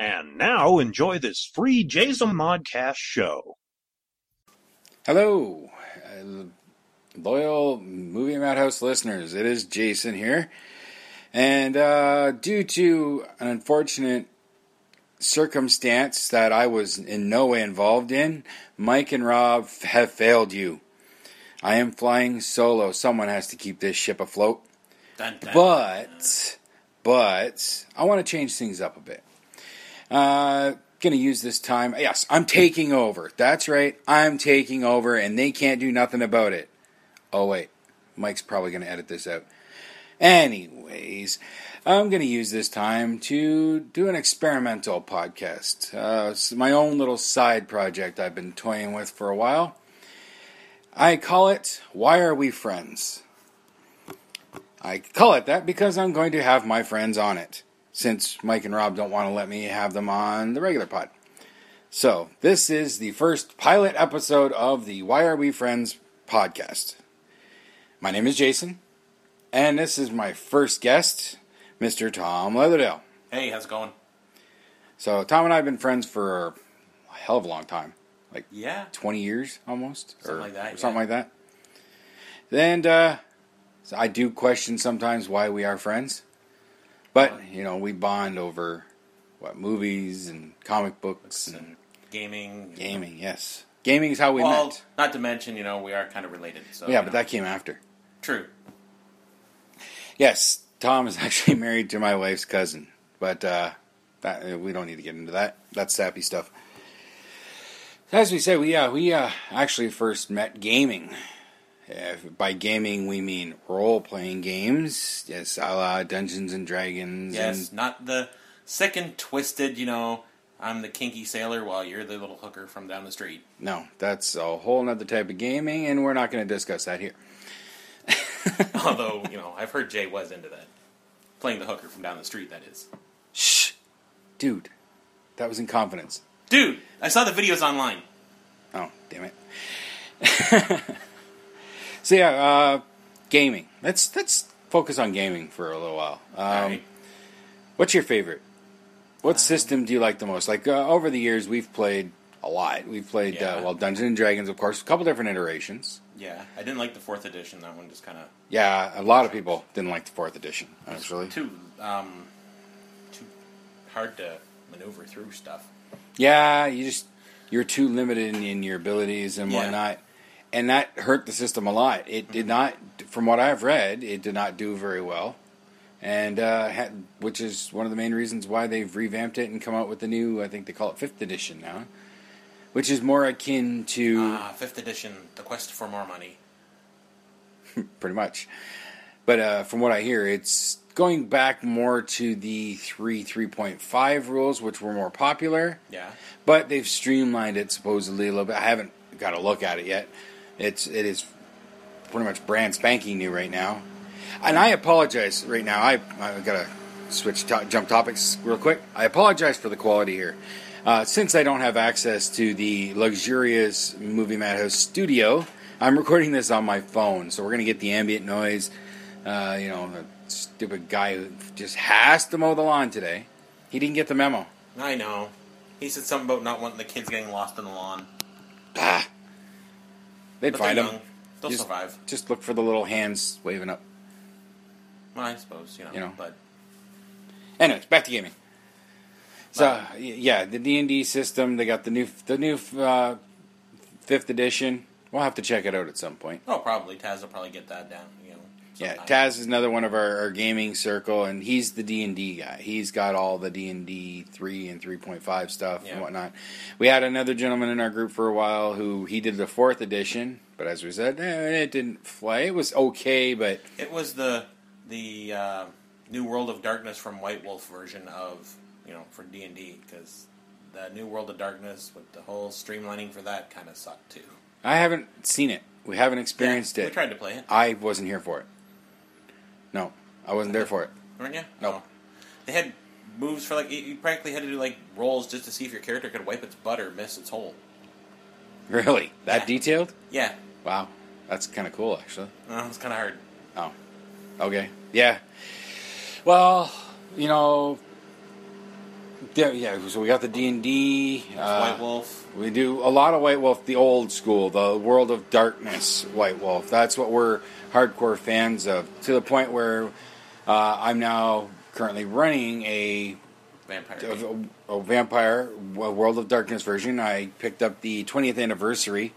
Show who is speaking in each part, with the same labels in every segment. Speaker 1: And now enjoy this free Jason Modcast show.
Speaker 2: Hello, uh, loyal Movie Madhouse listeners. It is Jason here. And uh, due to an unfortunate circumstance that I was in no way involved in, Mike and Rob f- have failed you. I am flying solo. Someone has to keep this ship afloat. But, but, I want to change things up a bit. Uh, gonna use this time. Yes, I'm taking over. That's right, I'm taking over, and they can't do nothing about it. Oh wait, Mike's probably gonna edit this out. Anyways, I'm gonna use this time to do an experimental podcast. Uh, it's my own little side project I've been toying with for a while. I call it "Why Are We Friends." I call it that because I'm going to have my friends on it, since Mike and Rob don't want to let me have them on the regular pod. So, this is the first pilot episode of the Why Are We Friends podcast. My name is Jason, and this is my first guest, Mr. Tom Leatherdale.
Speaker 3: Hey, how's it going?
Speaker 2: So, Tom and I have been friends for a hell of a long time like
Speaker 3: Yeah.
Speaker 2: 20 years almost, or
Speaker 3: Something like that,
Speaker 2: or something
Speaker 3: yeah.
Speaker 2: like that. And uh, so I do question sometimes why we are friends, but you know we bond over what movies and comic books and
Speaker 3: Gaming.
Speaker 2: gaming. Yes, gaming is how we
Speaker 3: Well,
Speaker 2: met.
Speaker 3: not to mention, you know, we are kind of related. So
Speaker 2: Yeah,
Speaker 3: you
Speaker 2: but
Speaker 3: know.
Speaker 2: that came after.
Speaker 3: true.
Speaker 2: Yes, Tom is actually married to my wife's cousin, but uh, that, uh, we don't need to get into that. That's sappy stuff. As we said, we uh, we uh, actually first met gaming. Uh, by gaming, we mean role playing games. Yes, a la Dungeons and Dragons.
Speaker 3: Yes,
Speaker 2: And,
Speaker 3: not the sick and twisted. You know, I'm the kinky sailor while you're the little hooker from down the street.
Speaker 2: no, that's a whole nother type of gaming, and we're not going to discuss that here.
Speaker 3: Although, you know, I've heard Jay was into that, playing the hooker from down the street. That is,
Speaker 2: Shh! Dude, that was in confidence.
Speaker 3: dude. I saw the videos online.
Speaker 2: Oh, damn it. so yeah, uh, gaming. Let's let's focus on gaming for a little while. Um,
Speaker 3: Alright. Um,
Speaker 2: What's your favorite? What system do you like the most? Like uh, over the years, we've played a lot. We've played uh,
Speaker 3: Yeah.
Speaker 2: well Dungeons and Dragons, of course, a couple different iterations.
Speaker 3: Yeah, I didn't like the fourth edition. That one just kind of
Speaker 2: Yeah, a lot of people didn't like the fourth edition. Actually,
Speaker 3: too um too hard to maneuver through stuff.
Speaker 2: yeah, you just you're too limited in, in your abilities and
Speaker 3: Yeah. Mm-hmm.
Speaker 2: whatnot, and that hurt the system a lot. It did not, from what I've read, it did not do very well, and uh, had, which is one of the main reasons why they've revamped it and come out with the new. I think they call it fifth edition now, which is more akin to
Speaker 3: Ah, fifth edition, the quest for more money.
Speaker 2: pretty much. But uh, from what I hear, it's going back more to the three three point five rules, which were more popular.
Speaker 3: Yeah.
Speaker 2: but they've streamlined it supposedly a little bit. I haven't got a look at it yet. It's it is pretty much brand spanking new right now, and I apologize right now. I I gotta switch to- jump topics real quick. I apologize for the quality here. Uh, since I don't have access to the luxurious Movie Madhouse studio, I'm recording this on my phone, so we're gonna get the ambient noise. Uh, you know, the stupid guy who just has to mow the lawn today. He didn't get the memo.
Speaker 3: I know. He said something about not wanting the kids getting lost in the lawn.
Speaker 2: Bah. They'd
Speaker 3: But
Speaker 2: find
Speaker 3: they're
Speaker 2: them.
Speaker 3: young. They'll
Speaker 2: Just-
Speaker 3: survive.
Speaker 2: Just look for the little hands waving up.
Speaker 3: Well, I suppose, you know.
Speaker 2: You know.
Speaker 3: But
Speaker 2: Anyways, back to gaming. So y- yeah, the D and D system. They got the new the new uh, fifth edition. We'll have to check it out at some point.
Speaker 3: oh, probably Taz will probably get that down. You know.
Speaker 2: Yeah,
Speaker 3: sometime.
Speaker 2: Taz is another one of our, our gaming circle, and he's the D and D guy. He's got all the D and D three and three point five stuff and
Speaker 3: Yeah.
Speaker 2: whatnot. We had another gentleman in our group for a while who he did the fourth edition, but as we said, eh, it didn't fly. It was okay, but
Speaker 3: It was the the uh, New World of Darkness from White Wolf version of you know for D and D because the New World of Darkness with the whole streamlining for that kind of sucked too.
Speaker 2: I haven't seen it. We haven't experienced
Speaker 3: yeah,
Speaker 2: it.
Speaker 3: We tried to play it,
Speaker 2: I wasn't here for it. No, I wasn't there for it.
Speaker 3: weren't you?
Speaker 2: No.
Speaker 3: Oh. They had moves for like you- you practically had to do like rolls just to see if your character could wipe its butt or miss its hole.
Speaker 2: Really? That
Speaker 3: Yeah.
Speaker 2: detailed?
Speaker 3: Yeah,
Speaker 2: Wow. That's kind of cool, actually.
Speaker 3: uh, it was kind of hard.
Speaker 2: Oh. Okay. Yeah. Well, you know, Yeah, yeah. So we got the D and D. uh,
Speaker 3: White Wolf.
Speaker 2: We do a lot of White Wolf, the old school, the World of Darkness White Wolf. That's what we're hardcore fans of. To the point where uh, I'm now currently running a,
Speaker 3: Vampire. Game.
Speaker 2: a, a vampire a World of Darkness version. I picked up the 20th anniversary.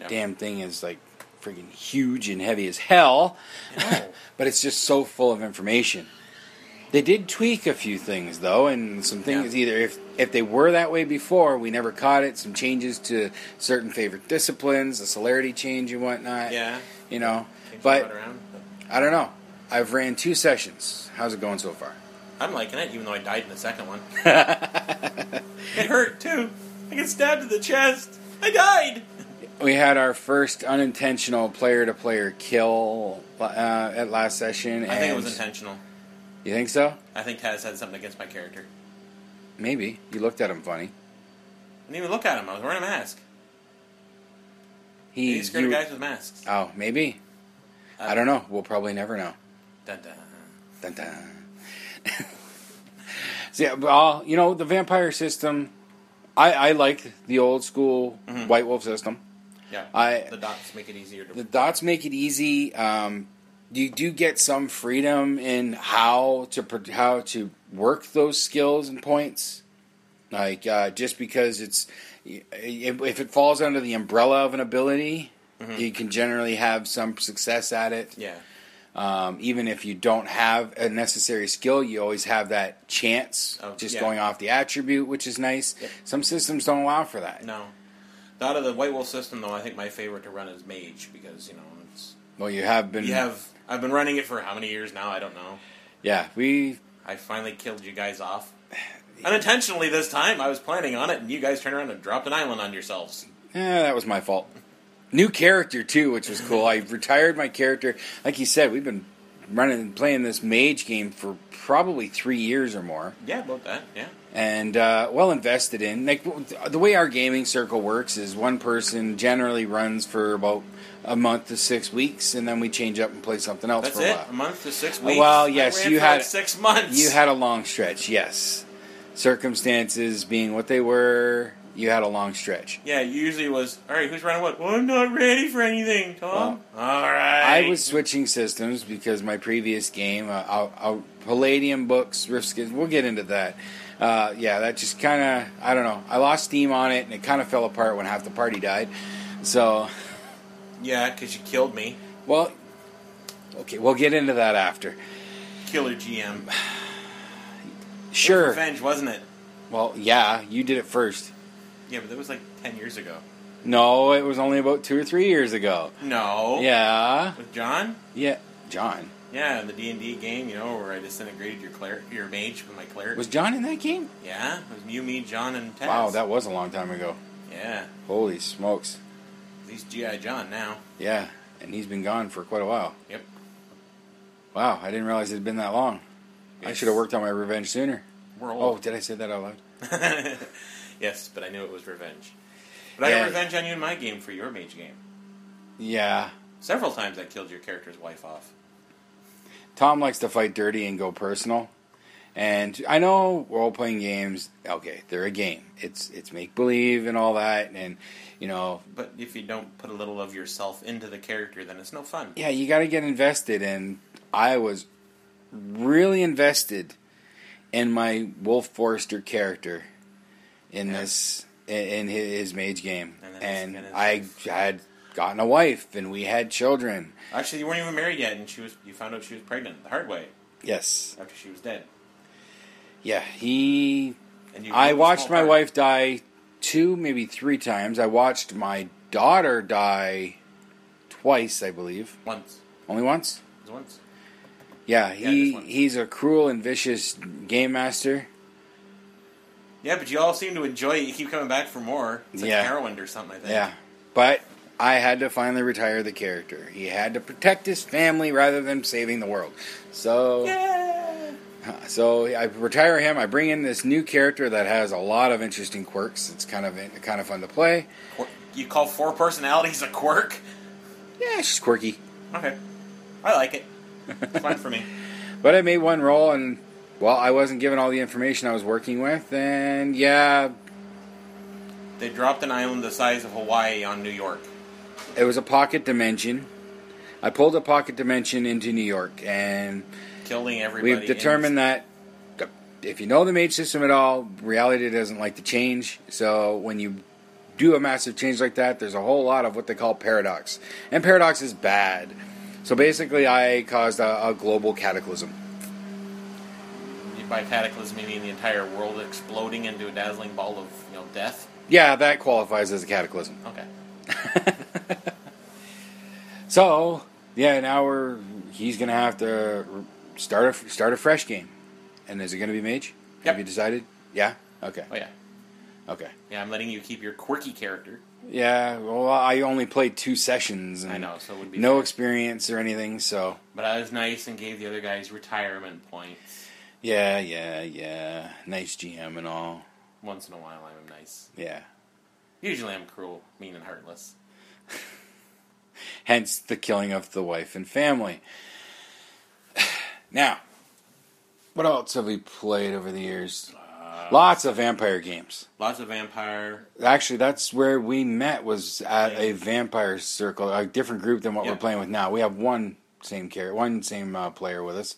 Speaker 3: Yeah.
Speaker 2: Damn thing is like freaking huge and heavy as hell,
Speaker 3: Oh.
Speaker 2: but it's just so full of information. They did tweak a few things though, and some things
Speaker 3: Yeah.
Speaker 2: either if if they were that way before, we never caught it. Some changes to certain favorite disciplines, a celerity change and whatnot.
Speaker 3: Yeah.
Speaker 2: you know.
Speaker 3: Change it
Speaker 2: But
Speaker 3: around.
Speaker 2: I don't know. I've ran two sessions. How's it going so far?
Speaker 3: I'm liking it, even though I died in the second one. it hurt too. I get stabbed in the chest. I died.
Speaker 2: We had our first unintentional player-to-player kill uh, at last session.
Speaker 3: I think it was
Speaker 2: and-
Speaker 3: intentional.
Speaker 2: You think so?
Speaker 3: I think Taz had something against my character.
Speaker 2: Maybe you looked at him funny.
Speaker 3: I didn't even look at him. I was wearing a mask.
Speaker 2: He,
Speaker 3: He's scared
Speaker 2: you-
Speaker 3: of guys with masks.
Speaker 2: Oh, maybe.
Speaker 3: Uh,
Speaker 2: I don't know. We'll probably never know.
Speaker 3: Dun, dun.
Speaker 2: Dun, dun. so, yeah, but all, you know, the vampire system, I, I like the old school
Speaker 3: Mm-hmm.
Speaker 2: White Wolf system.
Speaker 3: Yeah.
Speaker 2: I-
Speaker 3: the dots make it easier to.
Speaker 2: The dots make it easy. Um, you do get some freedom in how to pr- how to work those skills and points. Like uh, just because it's if if it falls under the umbrella of an ability,
Speaker 3: Mm-hmm.
Speaker 2: you can generally have some success at it.
Speaker 3: yeah.
Speaker 2: Um, even if you don't have a necessary skill, you always have that chance
Speaker 3: Oh,
Speaker 2: just
Speaker 3: yeah.
Speaker 2: going off the attribute, which is nice. Some systems don't allow for that.
Speaker 3: No. Out of the White Wolf system, though, I think my favorite to run is Mage because you know it's
Speaker 2: Well, you have been.
Speaker 3: you have. I've been running it for how many years now? I don't know.
Speaker 2: Yeah, we.
Speaker 3: I finally killed you guys off. Unintentionally this time. I was planning on it, and you guys turned around and dropped an island on yourselves.
Speaker 2: Yeah, Eh, that was my fault. New character, too, which was cool. I retired my character. Like you said, we've been running and playing this mage game for probably three years or more.
Speaker 3: Yeah, about that. Yeah.
Speaker 2: and uh, well invested in. Like w- the way our gaming circle works is one person generally runs for about a month to six weeks, and then we change up and play something else
Speaker 3: That's
Speaker 2: for a
Speaker 3: it.
Speaker 2: while.
Speaker 3: A month to six weeks.
Speaker 2: well,
Speaker 3: I
Speaker 2: yes,
Speaker 3: ran
Speaker 2: you
Speaker 3: for
Speaker 2: had-
Speaker 3: like six months.
Speaker 2: You had a long stretch, yes. Circumstances being what they were, you had a long stretch.
Speaker 3: Yeah, you usually was. All right, who's running what? Well, I'm not ready for anything, Tom. all right.
Speaker 2: I was switching systems because my previous game, uh, out, out, Palladium Books, Riftskin, we'll get into that. Uh, yeah, that just kind of, I don't know. I lost steam on it, and it kind of fell apart when half the party died. So,
Speaker 3: Yeah, because you killed me,
Speaker 2: Well, okay, we'll get into that after.
Speaker 3: killer GM.
Speaker 2: Sure.
Speaker 3: Revenge, wasn't it?
Speaker 2: Well, yeah, you did it first.
Speaker 3: Yeah, but that was like ten years ago.
Speaker 2: No, it was only about two or three years ago.
Speaker 3: No.
Speaker 2: Yeah,
Speaker 3: With John.
Speaker 2: yeah. John
Speaker 3: Yeah, in the D and D game, you know, where I disintegrated your cleric, your mage with my cleric.
Speaker 2: was John in that game?
Speaker 3: yeah, it was you, me, John, and Tess.
Speaker 2: Wow, that was a long time ago.
Speaker 3: Yeah,
Speaker 2: Holy smokes!
Speaker 3: he's GI John now.
Speaker 2: Yeah, and he's been gone for quite a while.
Speaker 3: Yep.
Speaker 2: Wow, I didn't realize it'd been that long. I
Speaker 3: Yes.
Speaker 2: should have worked on my revenge sooner.
Speaker 3: We're
Speaker 2: Oh,
Speaker 3: old.
Speaker 2: did I say that out loud?
Speaker 3: yes, but I knew it was revenge. But I
Speaker 2: Oh. Yeah.
Speaker 3: got revenge on you in my game for your mage game.
Speaker 2: Yeah.
Speaker 3: Several times I killed your character's wife off.
Speaker 2: Tom likes to fight dirty and go personal. And I know role playing games, okay, they're a game. It's it's make believe and all that and you know
Speaker 3: But if you don't put a little of yourself into the character, then it's no fun.
Speaker 2: yeah, you gotta get invested and I was really invested in my Wolf Forrester character in this in, in his, his mage game.
Speaker 3: And then it's
Speaker 2: And,
Speaker 3: gonna-
Speaker 2: I had gotten a wife and we had children.
Speaker 3: Actually, you weren't even married yet, and she was. You found out she was pregnant the hard way
Speaker 2: Yes.
Speaker 3: after she was dead.
Speaker 2: Yeah, he
Speaker 3: And you
Speaker 2: I
Speaker 3: killed a
Speaker 2: watched
Speaker 3: small
Speaker 2: my
Speaker 3: part.
Speaker 2: wife die two, maybe three times. I watched my daughter die twice, I believe.
Speaker 3: once.
Speaker 2: Only once?
Speaker 3: It was once.
Speaker 2: Yeah,
Speaker 3: Yeah,
Speaker 2: he
Speaker 3: just once.
Speaker 2: he's a cruel and vicious game master.
Speaker 3: Yeah, but you all seem to enjoy it. You keep coming back for more. It's like
Speaker 2: Yeah.
Speaker 3: heroin or something, I think.
Speaker 2: Yeah. But I had to finally retire the character. He had to protect his family rather than saving the world. So
Speaker 3: Yeah.
Speaker 2: so I retire him. I bring in this new character that has a lot of interesting quirks. It's kind of kind of fun to play.
Speaker 3: Quir- You call four personalities a quirk?
Speaker 2: Yeah, she's quirky.
Speaker 3: Okay. I like it. It's fun for me.
Speaker 2: But I made one roll and Well, I wasn't given all the information I was working with, and yeah,
Speaker 3: They dropped an island the size of Hawaii on New York.
Speaker 2: it was a pocket dimension. I pulled a pocket dimension into New York, and
Speaker 3: killing
Speaker 2: we've
Speaker 3: everybody.
Speaker 2: determined that if you know the mage system at all, reality doesn't like to change. So when you do a massive change like that, there's a whole lot of what they call paradox, and paradox is bad. So basically, I caused a, a global cataclysm.
Speaker 3: that by cataclysm meaning the entire world exploding into a dazzling ball of you know death.
Speaker 2: Yeah, that qualifies as a cataclysm.
Speaker 3: Okay,
Speaker 2: So yeah, now we're he's gonna have to start a start a fresh game, and is it gonna be mage?
Speaker 3: Yep.
Speaker 2: Have you decided? Yeah. Okay.
Speaker 3: oh yeah,
Speaker 2: Okay.
Speaker 3: yeah. I'm letting you keep your quirky character.
Speaker 2: Yeah. Well, I only played two sessions. And
Speaker 3: I know, so it would be
Speaker 2: no
Speaker 3: fair.
Speaker 2: experience or anything. So
Speaker 3: But I was nice and gave the other guys retirement points.
Speaker 2: yeah, yeah, yeah. Nice GM and all.
Speaker 3: Once in a while, I'm nice.
Speaker 2: Yeah.
Speaker 3: Usually, I'm cruel, mean, and heartless.
Speaker 2: Hence the killing of the wife and family. now, what else have we played over the years?
Speaker 3: Uh,
Speaker 2: Lots of vampire games.
Speaker 3: Lots of vampire.
Speaker 2: Actually, that's where we met was at a vampire circle, a different group than what
Speaker 3: Yeah.
Speaker 2: we're playing with now. We have one same character, one same uh, player with us,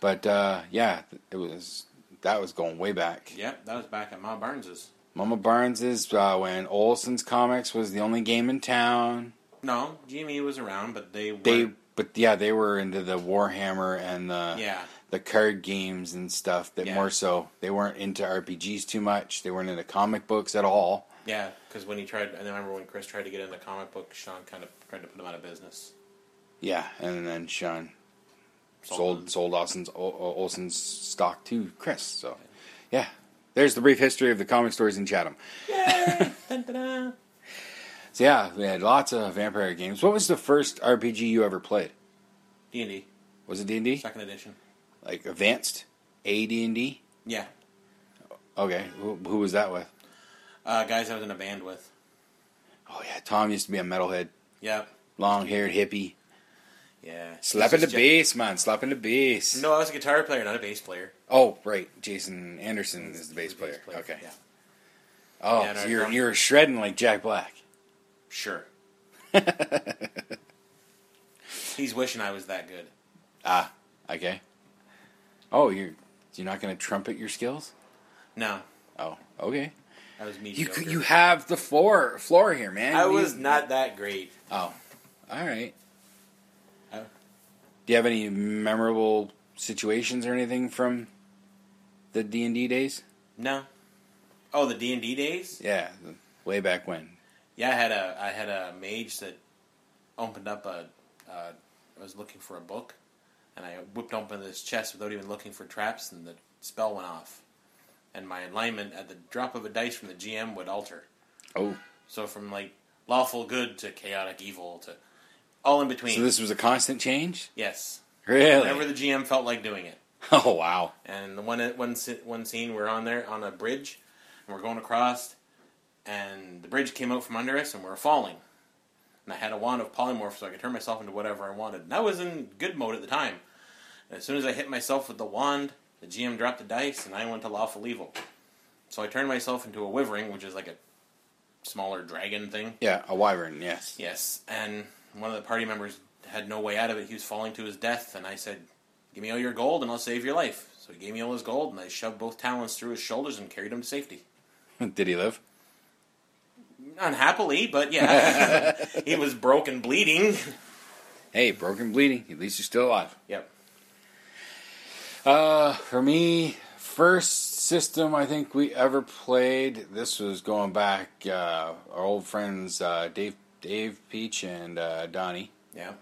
Speaker 2: but uh, yeah, it was that was going way back.
Speaker 3: Yep, that was back at Ma Barnes's.
Speaker 2: Mama Barnes is uh, when Olson's Comics was the only game in town.
Speaker 3: No, GME was around, but they were.
Speaker 2: They, but yeah, they were into the Warhammer and the
Speaker 3: yeah,
Speaker 2: the card games and stuff. That
Speaker 3: Yeah.
Speaker 2: more so, they weren't into RPGs too much. They weren't into comic books at all.
Speaker 3: yeah. Because when he tried, I remember when Chris tried to get into comic book, Sean kind of tried to put him out of business.
Speaker 2: Yeah, and then Sean
Speaker 3: him.
Speaker 2: sold sold Olson's Ol- Ol- Olson's stock to Chris. So, yeah, there's the brief history of the comic stories in Chatham.
Speaker 3: Dun, dun, dun.
Speaker 2: So yeah, we had lots of vampire games. What was the first RPG you ever played?
Speaker 3: D&D,
Speaker 2: Was it D and D?
Speaker 3: second edition.
Speaker 2: Like advanced A D and D?
Speaker 3: Yeah.
Speaker 2: Okay, who, who was that with?
Speaker 3: Uh, guys I was in a band with.
Speaker 2: Oh yeah, Tom used to be a metalhead,
Speaker 3: Yep.
Speaker 2: long haired hippie,
Speaker 3: Yeah.
Speaker 2: slapping the
Speaker 3: This is Ja-
Speaker 2: bass, man, slapping the bass.
Speaker 3: No, I was a guitar player, not a bass player.
Speaker 2: Oh right, Jason Anderson is the bass player. Okay.
Speaker 3: Yeah.
Speaker 2: Oh,
Speaker 3: Yeah, no,
Speaker 2: so you're
Speaker 3: drum-
Speaker 2: you're shredding like Jack Black.
Speaker 3: Sure. He's wishing I was that good.
Speaker 2: Ah, okay. Oh, you're you're not going to trumpet your skills?
Speaker 3: No,
Speaker 2: Oh, okay.
Speaker 3: I was
Speaker 2: You
Speaker 3: mediocre.
Speaker 2: c- you have the floor floor here, man.
Speaker 3: I
Speaker 2: You-
Speaker 3: was not that great.
Speaker 2: Oh, all right.
Speaker 3: I-
Speaker 2: Do you have any memorable situations or anything from the D and D days?
Speaker 3: No. Oh, the D and D days.
Speaker 2: Yeah, the- way back when.
Speaker 3: Yeah, I had a I had a mage that opened up a. Uh, I was looking for a book, and I whipped open this chest without even looking for traps, and the spell went off, and my alignment at the drop of a dice from the GM would alter.
Speaker 2: Oh,
Speaker 3: So from like lawful good to chaotic evil to all in between.
Speaker 2: so this was a constant change,
Speaker 3: yes,
Speaker 2: really?
Speaker 3: whenever the GM felt like doing it.
Speaker 2: oh wow.
Speaker 3: And the one one sce- one scene we're on there on a bridge, and we're going across, and the bridge came out from under us, and we are falling. And I had a wand of polymorph, so I could turn myself into whatever I wanted. And I was in good mode at the time. And as soon as I hit myself with the wand, the GM dropped the dice, and I went to lawful evil. So I turned myself into a wyvering, which is like a smaller dragon thing.
Speaker 2: Yeah, a wyvern. Yes.
Speaker 3: Yes, and one of the party members had no way out of it. He was falling to his death, and I said, Give me all your gold and I'll save your life. So he gave me all his gold, and I shoved both talons through his shoulders and carried him to safety.
Speaker 2: Did he live?
Speaker 3: Unhappily, but yeah. he was broke and bleeding.
Speaker 2: Hey, broken, bleeding. At least you're still alive.
Speaker 3: Yep.
Speaker 2: Uh, for me, first system I think we ever played. This was going back. Uh, our old friends uh, Dave, Dave Peach, and uh, Donnie,
Speaker 3: Yeah.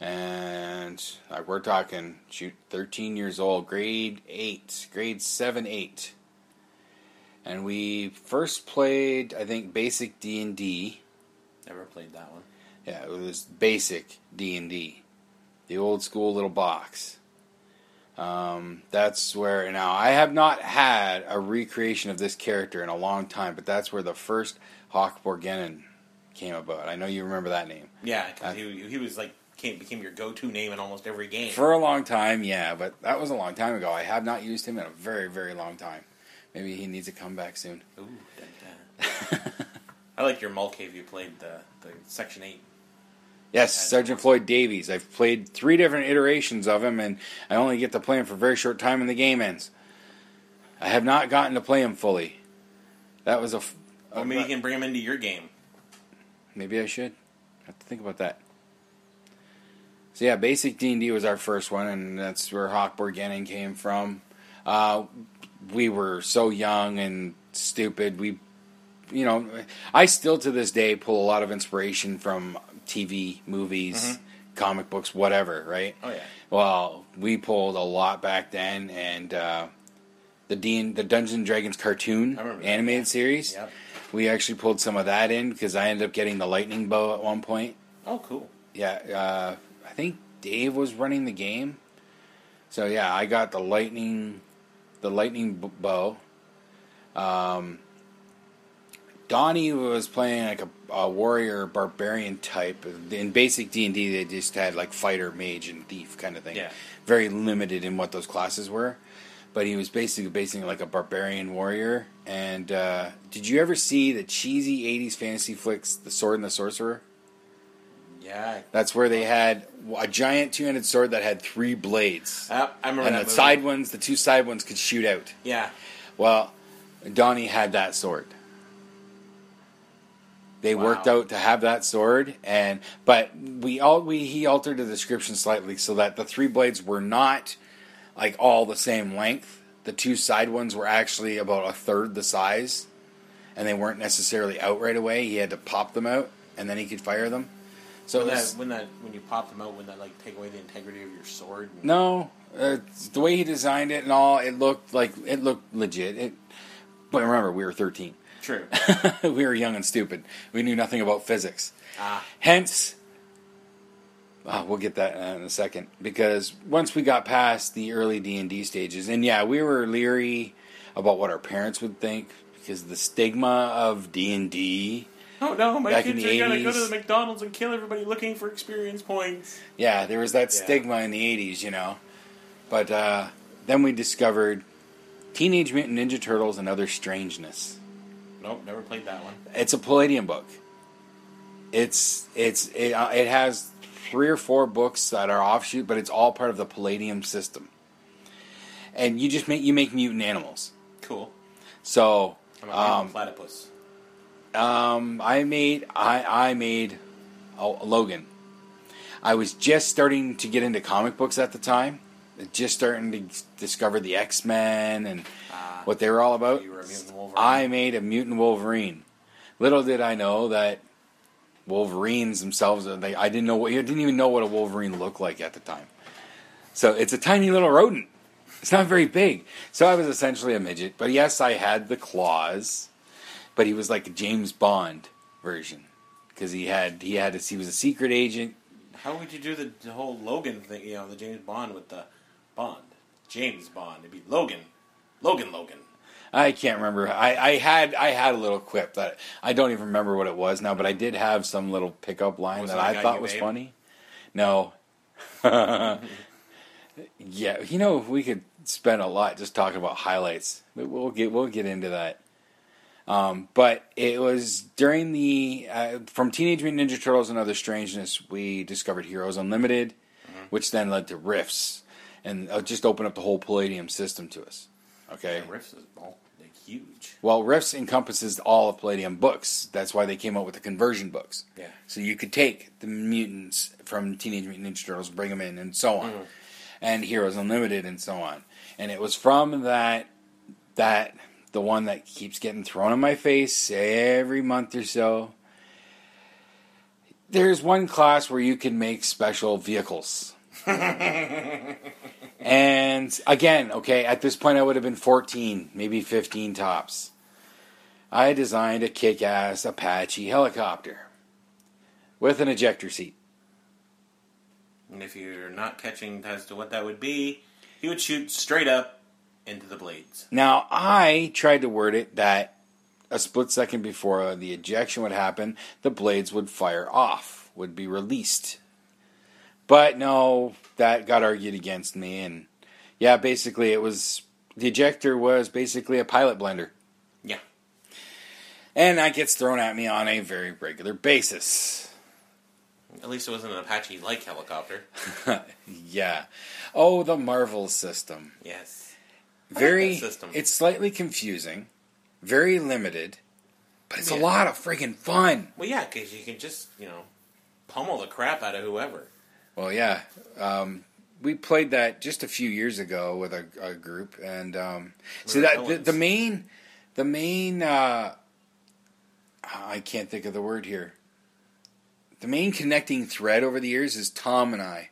Speaker 2: and like we're talking shoot, thirteen years old, grade eight, grade seven, eight, and we first played I think basic D and D.
Speaker 3: Never played that one.
Speaker 2: Yeah, it was basic D and D, the old school little box. Um, that's where now I have not had a recreation of this character in a long time, but that's where the first Hawk Borgenon came about. I know you remember that name.
Speaker 3: Yeah, because he, he was like became, became your go-to name in almost every game.
Speaker 2: For a long time, yeah, but that was a long time ago. I have not used him in a very, very long time. Maybe he needs a comeback soon.
Speaker 3: Ooh, dun, dun. I like your Mulcave you played the, the Section 8.
Speaker 2: Yes, Sergeant Floyd Davies. I've played three different iterations of him, and I only get to play him for a very short time, and the game ends. I have not gotten to play him fully. That was a. f-
Speaker 3: Or maybe you can bring him into your game.
Speaker 2: Maybe I should. I have to think about that. So yeah, basic D and D was our first one, and that's where Hawk Borgenin came from. Uh, we were so young and stupid. We, you know, I still to this day pull a lot of inspiration from TV, movies,
Speaker 3: Mm-hmm.
Speaker 2: comic books, whatever. Right?
Speaker 3: Oh, yeah.
Speaker 2: Well, we pulled a lot back then, and uh, the D and the Dungeons and Dragons cartoon
Speaker 3: I remember that,
Speaker 2: animated
Speaker 3: yeah.
Speaker 2: series.
Speaker 3: Yep.
Speaker 2: We actually pulled some of that in because I ended up getting the lightning bow at one point.
Speaker 3: Oh, cool.
Speaker 2: Yeah, uh, I think Dave was running the game, so yeah, I got the lightning, the lightning b- bow. Um, Donnie was playing like a, a warrior barbarian type. In basic D and D, they just had like fighter, mage, and thief kind of thing.
Speaker 3: Yeah.
Speaker 2: Very limited in what those classes were, but he was basically basing like a barbarian warrior. And uh, did you ever see the cheesy '80s fantasy flicks, The Sword and the Sorcerer?
Speaker 3: Yeah.
Speaker 2: That's where they had a giant two-handed sword that had three blades,
Speaker 3: I, I remember
Speaker 2: and
Speaker 3: that
Speaker 2: the
Speaker 3: movie.
Speaker 2: side ones, the two side ones, could shoot out.
Speaker 3: Yeah.
Speaker 2: Well, Donnie had that sword. They
Speaker 3: Wow.
Speaker 2: worked out to have that sword, and but we all we he altered the description slightly so that the three blades were not like all the same length. The two side ones were actually about a third the size, and they weren't necessarily out right away. He had to pop them out, and then he could fire them. So it
Speaker 3: When that,
Speaker 2: was-
Speaker 3: when that when you pop them out, wouldn't that like take away the integrity of your sword? And-
Speaker 2: No, uh, the way he designed it and all, it looked like it looked legit. It, but remember, we were thirteen.
Speaker 3: True.
Speaker 2: we were young and stupid. We knew nothing about physics.
Speaker 3: Ah.
Speaker 2: Hence, ah, we'll get that uh, in a second because once we got past the early D and D stages, and yeah, we were leery about what our parents would think because the stigma of D and D.
Speaker 3: Oh no, my
Speaker 2: Back in
Speaker 3: kids
Speaker 2: the
Speaker 3: are gonna go to
Speaker 2: 80s.
Speaker 3: the McDonald's and kill everybody looking for experience points.
Speaker 2: Yeah, there was that
Speaker 3: Yeah.
Speaker 2: stigma in the '80s, you know. But uh, then we discovered Teenage Mutant Ninja Turtles and Other Strangeness.
Speaker 3: Nope, never played that one.
Speaker 2: It's a Palladium book. It's it's it, uh, it has three or four books that are offshoot, but it's all part of the Palladium system. And you just make you make mutant animals.
Speaker 3: Cool.
Speaker 2: So
Speaker 3: I'm a, I'm a
Speaker 2: um,
Speaker 3: platypus.
Speaker 2: um, I made I I made oh, Logan. I was just starting to get into comic books at the time, just starting to discover the X Men and
Speaker 3: Ah.
Speaker 2: what they were all about.
Speaker 3: You were a mutant Wolverine.
Speaker 2: I made a mutant Wolverine. Little did I know that Wolverines themselves, are- they, I didn't know what, I didn't even know what a Wolverine looked like at the time. So it's a tiny little rodent. It's not very big. So I was essentially a midget. But yes, I had the claws. But he was like a James Bond version because he had he had his, he was a secret agent.
Speaker 3: How would you do the, the whole Logan thing? You know, the James Bond with the Bond, James Bond. It'd be Logan, Logan, Logan.
Speaker 2: I can't remember. I, I had I had a little quip that I don't even remember what it was now, but I did have some little pickup line
Speaker 3: Was
Speaker 2: that
Speaker 3: it
Speaker 2: I
Speaker 3: I Got
Speaker 2: thought
Speaker 3: You,
Speaker 2: was
Speaker 3: Babe?
Speaker 2: funny. No. yeah, you know we could spend a lot just talking about highlights. But We'll get we'll get into that. Um, but it was during the uh, from Teenage Mutant Ninja Turtles and Other Strangeness, we discovered Heroes Unlimited,
Speaker 3: Mm-hmm.
Speaker 2: which then led to Rifts, and uh, just opened up the whole Palladium system to us. Okay,
Speaker 3: The riffs is all like, huge.
Speaker 2: well, Rifts encompasses all of Palladium books. That's why they came up with the conversion books.
Speaker 3: Yeah.
Speaker 2: So you could take the mutants from Teenage Mutant Ninja Turtles, bring them in, and so on, and Heroes Unlimited, and so on. And it was from that that the one that keeps getting thrown in my face every month or so. There's one class where you can make special vehicles. and again, okay, at this point I would have been 14, maybe 15 tops. I designed a kick ass Apache helicopter with an ejector seat.
Speaker 3: And if you're not catching as to what that would be, he would shoot straight up into the blades.
Speaker 2: Now, I tried to word it that a split second before the ejection would happen, the blades would fire off, would be released. But no, that got argued against me, and yeah, basically it was the ejector was basically a pilot blender,
Speaker 3: Yeah.
Speaker 2: and that gets thrown at me on a very regular basis.
Speaker 3: At least it wasn't an Apache like helicopter.
Speaker 2: Yeah. Oh, the Marvel system.
Speaker 3: Yes.
Speaker 2: Very.
Speaker 3: that system.
Speaker 2: It's slightly confusing, very limited, but it's a
Speaker 3: Yeah.
Speaker 2: lot of freaking fun.
Speaker 3: Well, yeah, because you can just, you know, pummel the crap out of whoever.
Speaker 2: Well, yeah. Um, we played that just a few years ago with a, a group, and um, so
Speaker 3: were
Speaker 2: that the,
Speaker 3: villains.
Speaker 2: the main, the main, uh, I can't think of the word here. The main connecting thread over the years is Tom and I.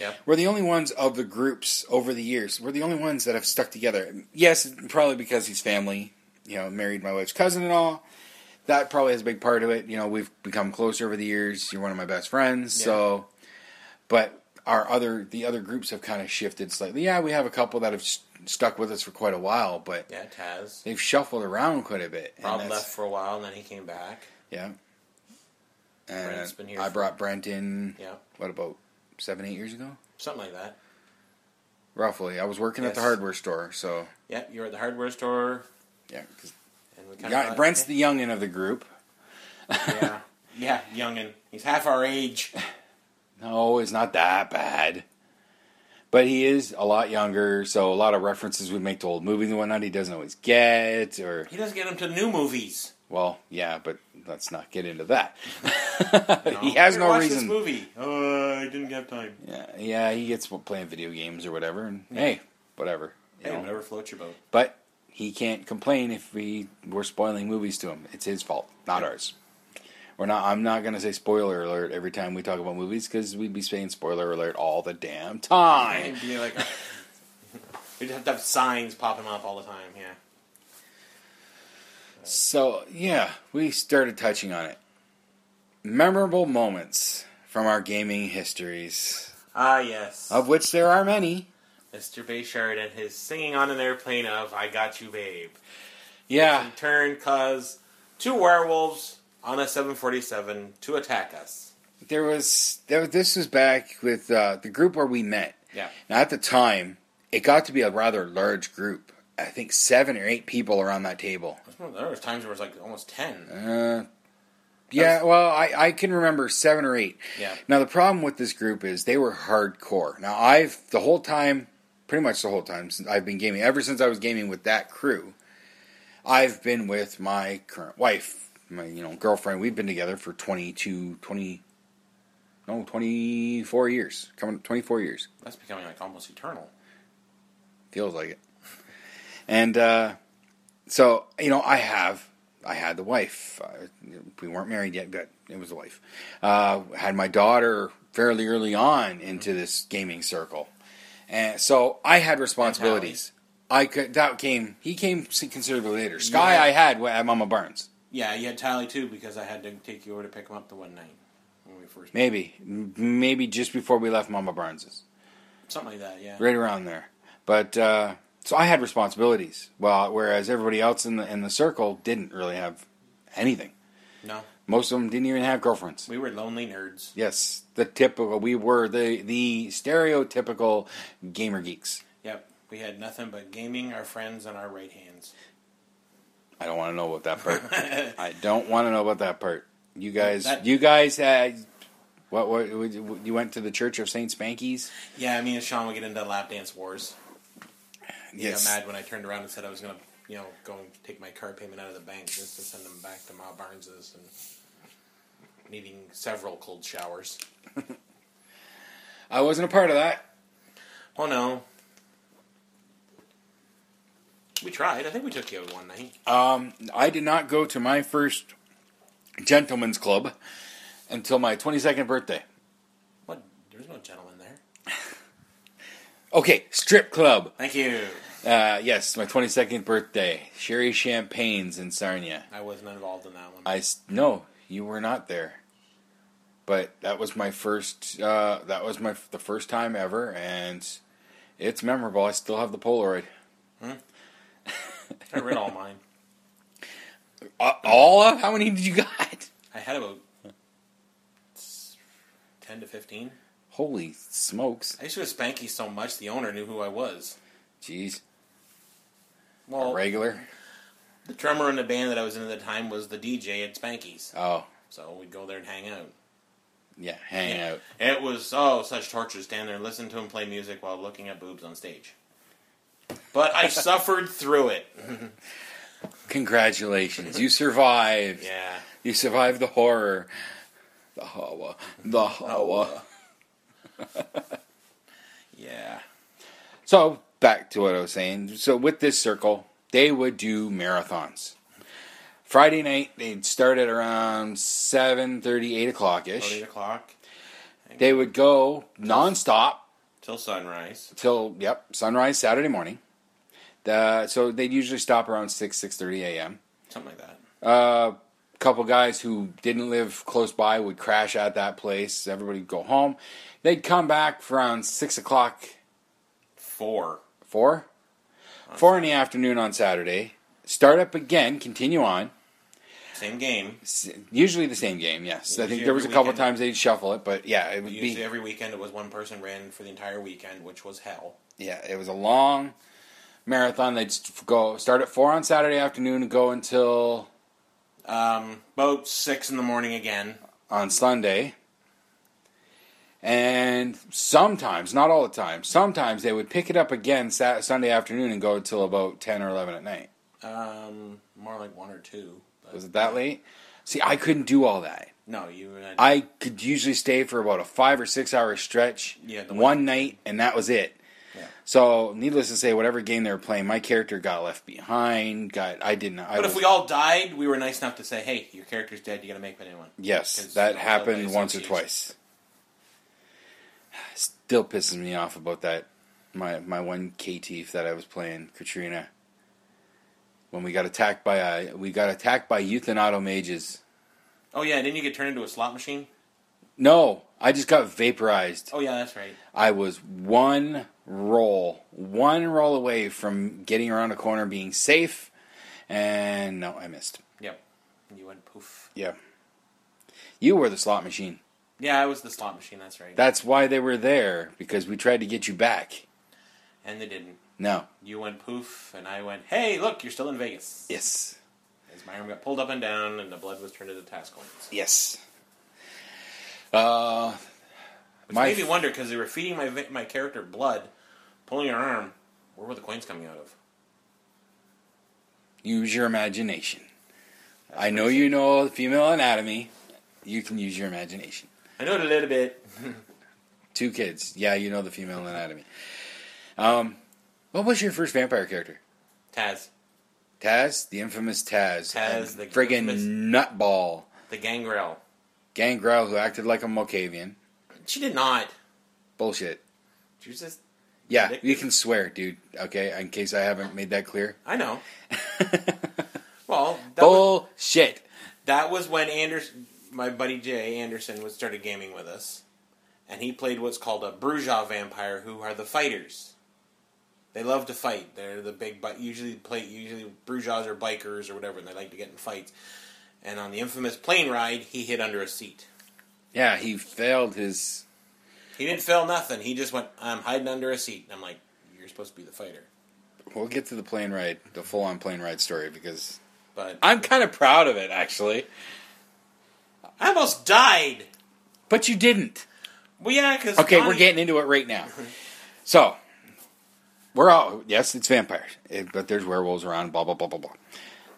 Speaker 3: Yep.
Speaker 2: We're the only ones of the groups over the years. We're the only ones that have stuck together. Yes, probably because he's family, you know, married my wife's cousin and all. That probably has a big part of it. You know, we've become closer over the years. You're one of my best friends, so. But our other the other groups have kind of shifted slightly. Yeah, we have a couple that have s stuck with us for quite a while, but
Speaker 3: Yeah, Taz.
Speaker 2: they've shuffled around quite a bit. and
Speaker 3: Rob
Speaker 2: that's-
Speaker 3: left for a while and then he came back.
Speaker 2: Yeah.
Speaker 3: Brent's
Speaker 2: And
Speaker 3: been here
Speaker 2: I
Speaker 3: for-
Speaker 2: brought Brent in.
Speaker 3: Yeah.
Speaker 2: What about seven, eight years ago?
Speaker 3: Something like that.
Speaker 2: Roughly, I was working at the
Speaker 3: Yes.
Speaker 2: hardware store, so
Speaker 3: Yeah, you were at the hardware store.
Speaker 2: Yeah, because
Speaker 3: And we kind of.
Speaker 2: Brent's the youngin of the group.
Speaker 3: Yeah. Yeah, youngin. He's half our age.
Speaker 2: No, it's not that bad, but he is a lot younger. So a lot of references we make to old movies and whatnot, he doesn't always get. Or
Speaker 3: He doesn't get him to new movies.
Speaker 2: well, yeah, but let's not get into that.
Speaker 3: you know?
Speaker 2: he has
Speaker 3: Here,
Speaker 2: no
Speaker 3: watch
Speaker 2: reason.
Speaker 3: This movie. Uh, I didn't have time.
Speaker 2: Yeah, yeah, he gets playing video games or whatever, and hey, whatever. you
Speaker 3: Hey,
Speaker 2: know.
Speaker 3: whatever floats your boat.
Speaker 2: But he can't complain if we we're spoiling movies to him. It's his fault, not ours. We're not. I'm not gonna say spoiler alert every time we talk about movies because we'd be saying spoiler alert all the damn time.
Speaker 3: And be like, we'd have to have signs popping up all the time. Yeah.
Speaker 2: So yeah, we started touching on it. Memorable moments from our gaming histories,
Speaker 3: Ah, yes.
Speaker 2: of which there are many.
Speaker 3: Mr. Bayshard and his singing on an airplane of "I Got You, Babe."
Speaker 2: Yeah,
Speaker 3: In turn, cause two werewolves on a 747 to attack us.
Speaker 2: there was. There, this was back with uh, the group where we met.
Speaker 3: Yeah.
Speaker 2: Now, at the time, it got to be a rather large group. I think seven or eight people around that table.
Speaker 3: There was times where it was like almost ten.
Speaker 2: Uh, yeah, well, I, I can remember seven or eight.
Speaker 3: Yeah.
Speaker 2: Now, the problem with this group is they were hardcore. Now, I've, the whole time, pretty much the whole time since I've been gaming, ever since I was gaming with that crew, I've been with my current wife, my, you know, girlfriend. We've been together for 22, 20, no, 24 years. Coming, 24 years.
Speaker 3: That's becoming like almost eternal.
Speaker 2: feels like it. And uh, so you know, I have I had the wife. Uh, we weren't married yet, but it was a wife. Uh, had my daughter fairly early on into this gaming circle, and so I had responsibilities. I could that came he came considerably later. Sky
Speaker 3: Yeah.
Speaker 2: I had at Mama Barnes.
Speaker 3: Yeah, you had Tally too because I had to take you over to pick him up the one night when we first met.
Speaker 2: Maybe M- maybe just before we left Mama Barnes's.
Speaker 3: Something like that. Yeah.
Speaker 2: right around there. But uh, so I had responsibilities, well, whereas everybody else in the in the circle didn't really have anything.
Speaker 3: No,
Speaker 2: Most of them didn't even have girlfriends.
Speaker 3: we were lonely nerds.
Speaker 2: Yes, the typical. We were the the stereotypical gamer geeks.
Speaker 3: Yep. We had nothing but gaming, our friends, and our right hands.
Speaker 2: I don't want to know about that part. I don't want to know about that part. You guys,
Speaker 3: That-
Speaker 2: you guys had. What, what, what you went to the Church of Saint Spanky's?
Speaker 3: Yeah, me and Sean would get into lap dance wars. He got
Speaker 2: Yes.
Speaker 3: mad when I turned around and said I was gonna, you know, go and take my car payment out of the bank just to send them back to Ma Barnes's and needing several cold showers.
Speaker 2: I wasn't a part of that.
Speaker 3: Oh no. We tried. I think we took you out one night.
Speaker 2: Um, I did not go to my first gentleman's club until my 22nd birthday.
Speaker 3: What? There was no gentleman there.
Speaker 2: Okay, strip club.
Speaker 3: Thank you.
Speaker 2: Uh, yes, my 22nd birthday. Sherry Champagne's in Sarnia.
Speaker 3: I wasn't involved in that one.
Speaker 2: I s- no, you were not there. But that was my first. Uh, that was my the first time ever, and it's memorable. I still have the Polaroid.
Speaker 3: I read all mine.
Speaker 2: Uh, all of how many did you got?
Speaker 3: I had about s- ten to fifteen.
Speaker 2: Holy smokes.
Speaker 3: I used to go to Spanky so much the owner knew who I was.
Speaker 2: Jeez.
Speaker 3: Well,
Speaker 2: Regular?
Speaker 3: the drummer in the band that I was in at the time was the DJ at Spanky's,
Speaker 2: Oh,
Speaker 3: so we'd go there and hang out.
Speaker 2: yeah. Hang
Speaker 3: Yeah.
Speaker 2: out.
Speaker 3: It was oh such torture to stand there and listen to him play music while looking at boobs on stage. But I suffered through it.
Speaker 2: Congratulations. you survived.
Speaker 3: Yeah.
Speaker 2: You survived the horror. The hawa. The hawa.
Speaker 3: Yeah.
Speaker 2: So, back to what I was saying. So, with this circle, they would do marathons. Friday night, they'd start at around 7.30, 8 o'clock
Speaker 3: About
Speaker 2: ish.
Speaker 3: eight o'clock
Speaker 2: They would go nonstop
Speaker 3: till sunrise.
Speaker 2: till yep sunrise Saturday morning. The, so they'd usually stop around six six thirty a.m.
Speaker 3: Something like that.
Speaker 2: A couple guys who didn't live close by would crash at that place. Everybody would go home. They'd come back for around six o'clock,
Speaker 3: Four.
Speaker 2: four, four in the afternoon on Saturday. Start up again, continue on.
Speaker 3: Same game.
Speaker 2: S- Usually the same game. Yes, I think
Speaker 3: Usually
Speaker 2: there was a
Speaker 3: every
Speaker 2: couple
Speaker 3: weekend.
Speaker 2: times they'd shuffle it, but yeah, it would
Speaker 3: Usually
Speaker 2: be
Speaker 3: every weekend it was one person ran for the entire weekend, which was hell.
Speaker 2: yeah, it was a long marathon. They'd st- go start at four on Saturday afternoon and go until
Speaker 3: Um, about six in the morning again.
Speaker 2: on Sunday. And sometimes, not all the time, sometimes they would pick it up again Sat- Sunday afternoon and go till about 10 or 11 at night.
Speaker 3: Um, more like one or two. But
Speaker 2: Was it that late? See, I couldn't do all that.
Speaker 3: no, you and I,
Speaker 2: I could usually stay for about a five or six hour stretch
Speaker 3: Yeah, the
Speaker 2: one night, and that was it.
Speaker 3: Yeah.
Speaker 2: So, needless to say, whatever game they were playing, my character got left behind. Got I didn't. I
Speaker 3: But
Speaker 2: was,
Speaker 3: if we all died, we were nice enough to say, "Hey, your character's dead. You got to make a new one."
Speaker 2: Yes,
Speaker 3: 'Cause
Speaker 2: that
Speaker 3: by
Speaker 2: happened once or
Speaker 3: association.
Speaker 2: twice. Still pisses me off about that. My my one K Tief that I was playing, Katrina. When we got attacked by uh, we got attacked by youth and auto mages.
Speaker 3: Oh yeah, didn't you get turned into a slot machine?
Speaker 2: No, I just got vaporized.
Speaker 3: Oh yeah, that's right.
Speaker 2: I was one roll, one roll away from getting around a corner, being safe, and no, I missed.
Speaker 3: Yep. You went poof.
Speaker 2: Yeah, you were the slot machine.
Speaker 3: Yeah, I was the slot machine. That's right.
Speaker 2: That's why they were there because we tried to get you back.
Speaker 3: and they didn't.
Speaker 2: No.
Speaker 3: You went poof, and I went, "Hey, look, you're still in Vegas."
Speaker 2: Yes.
Speaker 3: As my arm got pulled up and down, and the blood was turned into task coins.
Speaker 2: Yes. Uh,
Speaker 3: Which
Speaker 2: My
Speaker 3: made me
Speaker 2: f-
Speaker 3: wonder because they were feeding my vi- my character blood, pulling her arm. Where were the coins coming out of?
Speaker 2: use your imagination. I know you know the female anatomy. You can use your imagination.
Speaker 3: I know it a little bit.
Speaker 2: Two kids. Yeah, you know the female anatomy. Um, what was your first vampire character?
Speaker 3: Taz,
Speaker 2: Taz, the infamous Taz. and
Speaker 3: Taz, the
Speaker 2: friggin'
Speaker 3: infamous-
Speaker 2: nutball
Speaker 3: the gangrel.
Speaker 2: Gangrel, who acted like a Mokavian.
Speaker 3: She did not.
Speaker 2: Bullshit.
Speaker 3: She was just.
Speaker 2: Yeah,
Speaker 3: Vindictive.
Speaker 2: you can swear, dude. Okay, in case I haven't made that clear.
Speaker 3: I know. well, that was-
Speaker 2: Bullshit.
Speaker 3: That was when Anders, my buddy Jay Anderson, was started gaming with us, and he played what's called a Bruja vampire, who are the fighters. They love to fight. They're the big, but usually play usually Brujas or bikers or whatever, and they like to get in fights. And on the infamous plane ride, he hid under a seat.
Speaker 2: Yeah, he failed his
Speaker 3: He didn't fail nothing. He just went, "I'm hiding under a seat." And I'm like, "You're supposed to be the fighter,"
Speaker 2: We'll get to the plane ride, the full on plane ride story, because
Speaker 3: but
Speaker 2: I'm kind of proud of it, actually.
Speaker 3: I almost died.
Speaker 2: But you didn't.
Speaker 3: Well, yeah, because
Speaker 2: Okay, we're getting into it right now. So, we're all, yes, it's vampires, eh, but there's werewolves around, blah, blah, blah, blah, blah.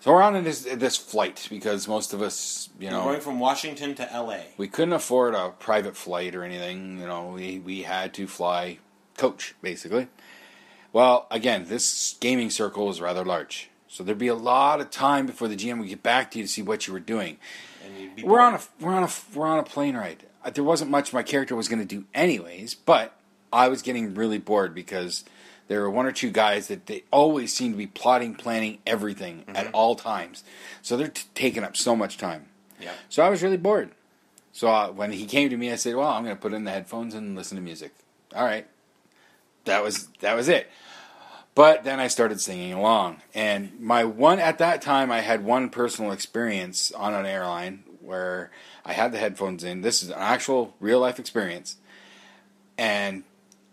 Speaker 2: So, we're on in this, this flight because most of us, you
Speaker 3: We're going
Speaker 2: know,
Speaker 3: from Washington to L.A.
Speaker 2: we couldn't afford a private flight or anything. You know, we, we had to fly coach, basically. Well, again, this gaming circle is rather large. So, there'd be a lot of time before the GM would get back to you to see what you were doing.
Speaker 3: And you'd be
Speaker 2: We're on a
Speaker 3: bored.
Speaker 2: we're on a we're on a plane ride. Uh, There wasn't much my character was going to do anyways, but I was getting really bored because there were one or two guys that they always seemed to be plotting, planning everything at all times. So they're t- taking up so much time.
Speaker 3: yeah.
Speaker 2: So I was really bored. So uh, when he came to me, I said, "Well, I'm going to put in the headphones and listen to music." All right, that was that was it. But then I started singing along, and my one at that time, I had one personal experience on an airline where I had the headphones in. This is an actual real life experience, And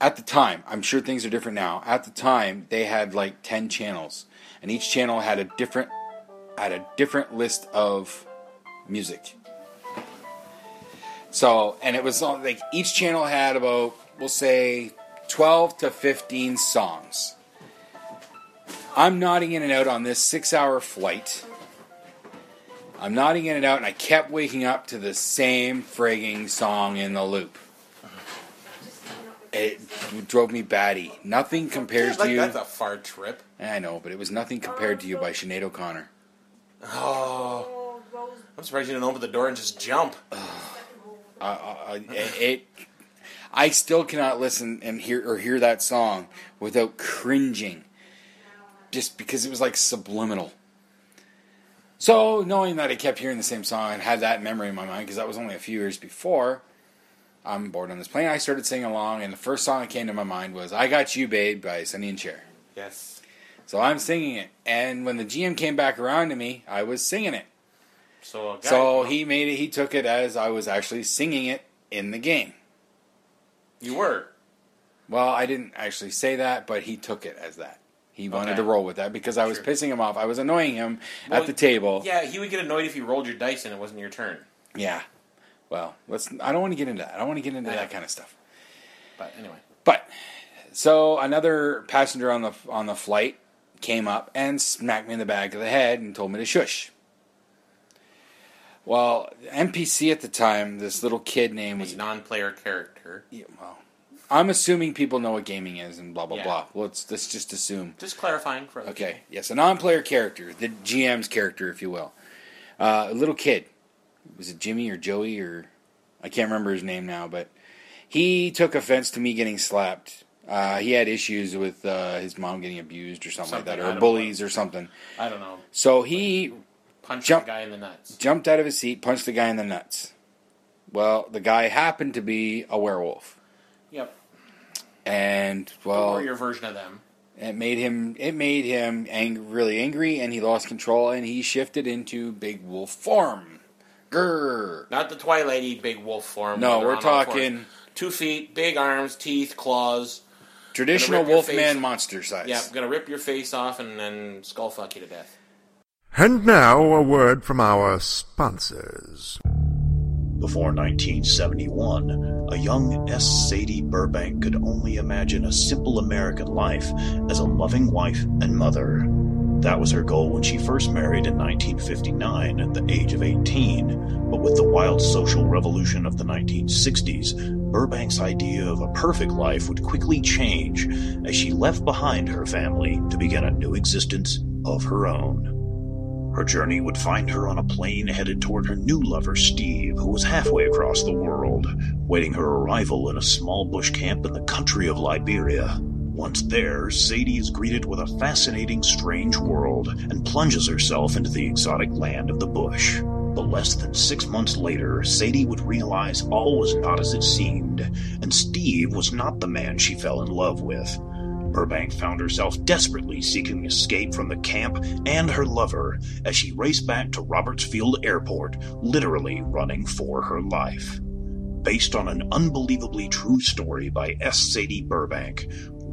Speaker 2: at the time, I'm sure things are different now. At the time, they had like 10 channels, and each channel had a different had a different list of music. So, and it was on- like each channel had about we'll say 12 to 15 songs. I'm nodding in and out on this 6-hour flight. I'm nodding in and out, and I kept waking up to the same frigging song in the loop. It drove me batty. Nothing compares
Speaker 3: like,
Speaker 2: to you.
Speaker 3: that's a far trip.
Speaker 2: I know, but it was nothing compared to you by Sinead O'Connor.
Speaker 3: Oh,
Speaker 4: Oh, Rose
Speaker 3: I'm surprised you didn't open the door and just jump.
Speaker 2: Uh, it, it, I still cannot listen and hear or hear that song without cringing, just because it was like subliminal. So knowing that I kept hearing the same song and had that memory in my mind because that was only a few years before. I'm bored on this plane. I started singing along, and the first song that came to my mind was "I Got You, Babe" by Sonny and Cher.
Speaker 3: Yes.
Speaker 2: So I'm singing it, and when the GM came back around to me, I was singing it.
Speaker 3: So, a guy,
Speaker 2: So he made it. He took it as I was actually singing it in the game.
Speaker 3: you were.
Speaker 2: Well, I didn't actually say that, but he took it as that. He wanted
Speaker 3: Okay.
Speaker 2: to roll with that because I was
Speaker 3: Sure.
Speaker 2: pissing him off. I was annoying him
Speaker 3: Well,
Speaker 2: at the table.
Speaker 3: Yeah, he would get annoyed if you rolled your dice and it wasn't your turn.
Speaker 2: Yeah. Well, let's. I don't want to get into that. I don't want to get into
Speaker 3: I know.
Speaker 2: that kind of stuff.
Speaker 3: But anyway,
Speaker 2: But so another passenger on the on the flight came up and smacked me in the back of the head and told me to shush. Well, NPC at the time, this little kid name was
Speaker 3: a non-player character.
Speaker 2: Yeah, well, I'm assuming people know what gaming is and blah blah
Speaker 3: Yeah.
Speaker 2: blah. Let's let's just assume.
Speaker 3: Just clarifying for other
Speaker 2: Okay, yes, a non-player character, the GM's character, if you will. Uh, a little kid, was it Jimmy or Joey or I can't remember his name now, but he took offense to me getting slapped. Uh, he had issues with uh, his mom getting abused or something,
Speaker 3: Something,
Speaker 2: like
Speaker 3: I
Speaker 2: that,
Speaker 3: don't
Speaker 2: or
Speaker 3: know.
Speaker 2: bullies or something.
Speaker 3: people. I don't know.
Speaker 2: So he
Speaker 3: Punch
Speaker 2: Jump.
Speaker 3: the guy in the nuts.
Speaker 2: jumped out of his seat, punched the guy in the nuts. Well, the guy happened to be a werewolf,
Speaker 3: Yep.
Speaker 2: and well,
Speaker 3: or your version of them.
Speaker 2: It made him. It made him ang- really angry, and he lost control, and he shifted into big wolf form. Grr.
Speaker 3: Not the Twilighty big wolf form.
Speaker 2: No,
Speaker 3: where they're
Speaker 2: we're
Speaker 3: on all fours.
Speaker 2: talking
Speaker 3: two feet, big arms, teeth, claws.
Speaker 2: traditional
Speaker 3: Gonna rip your
Speaker 2: wolf man
Speaker 3: face.
Speaker 2: monster size.
Speaker 3: Yeah, gonna rip your face off and then skull fuck you to death.
Speaker 5: And now a word from our sponsors.
Speaker 1: Before 1971, a young S. Sadie Burbank could only imagine a simple American life as a loving wife and mother. That was her goal when she first married in 1959 at the age of 18. But with the wild social revolution of the 1960s, Burbank's idea of a perfect life would quickly change as she left behind her family to begin a new existence of her own. Her journey would find her on a plane headed toward her new lover, Steve, who was halfway across the world, waiting her arrival in a small bush camp in the country of Liberia. Once there, Sadie is greeted with a fascinating, strange world and plunges herself into the exotic land of the bush. But less than six months later, Sadie would realize all was not as it seemed, and Steve was not the man she fell in love with. Burbank found herself desperately seeking escape from the camp and her lover as she raced back to Roberts Field Airport, literally running for her life. Based on an unbelievably true story by S. Sadie Burbank,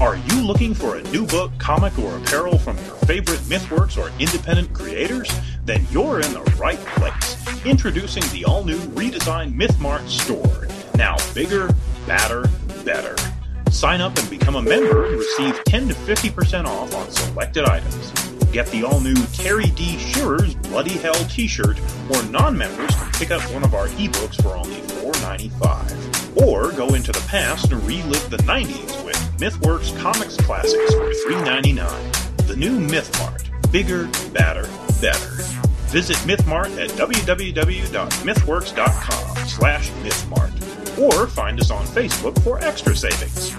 Speaker 1: Are you looking for a new book, comic, or apparel from your favorite MythWorks or independent creators? Then you're in the right place. Introducing the all new redesigned MythMart store. Now bigger, badder, better. Sign up and become a member and receive 10 to 50% off on selected items. Get the all new Terry D. Shearer's Bloody Hell t shirt, or non members can pick up one of our ebooks for only $4.95. Or go into the past and relive the 90s with MythWorks Comics Classics for $3.99. The new MythMart. Bigger, badder, better. Visit MythMart at www.mythworks.com slash MythMart or find us on Facebook for extra savings.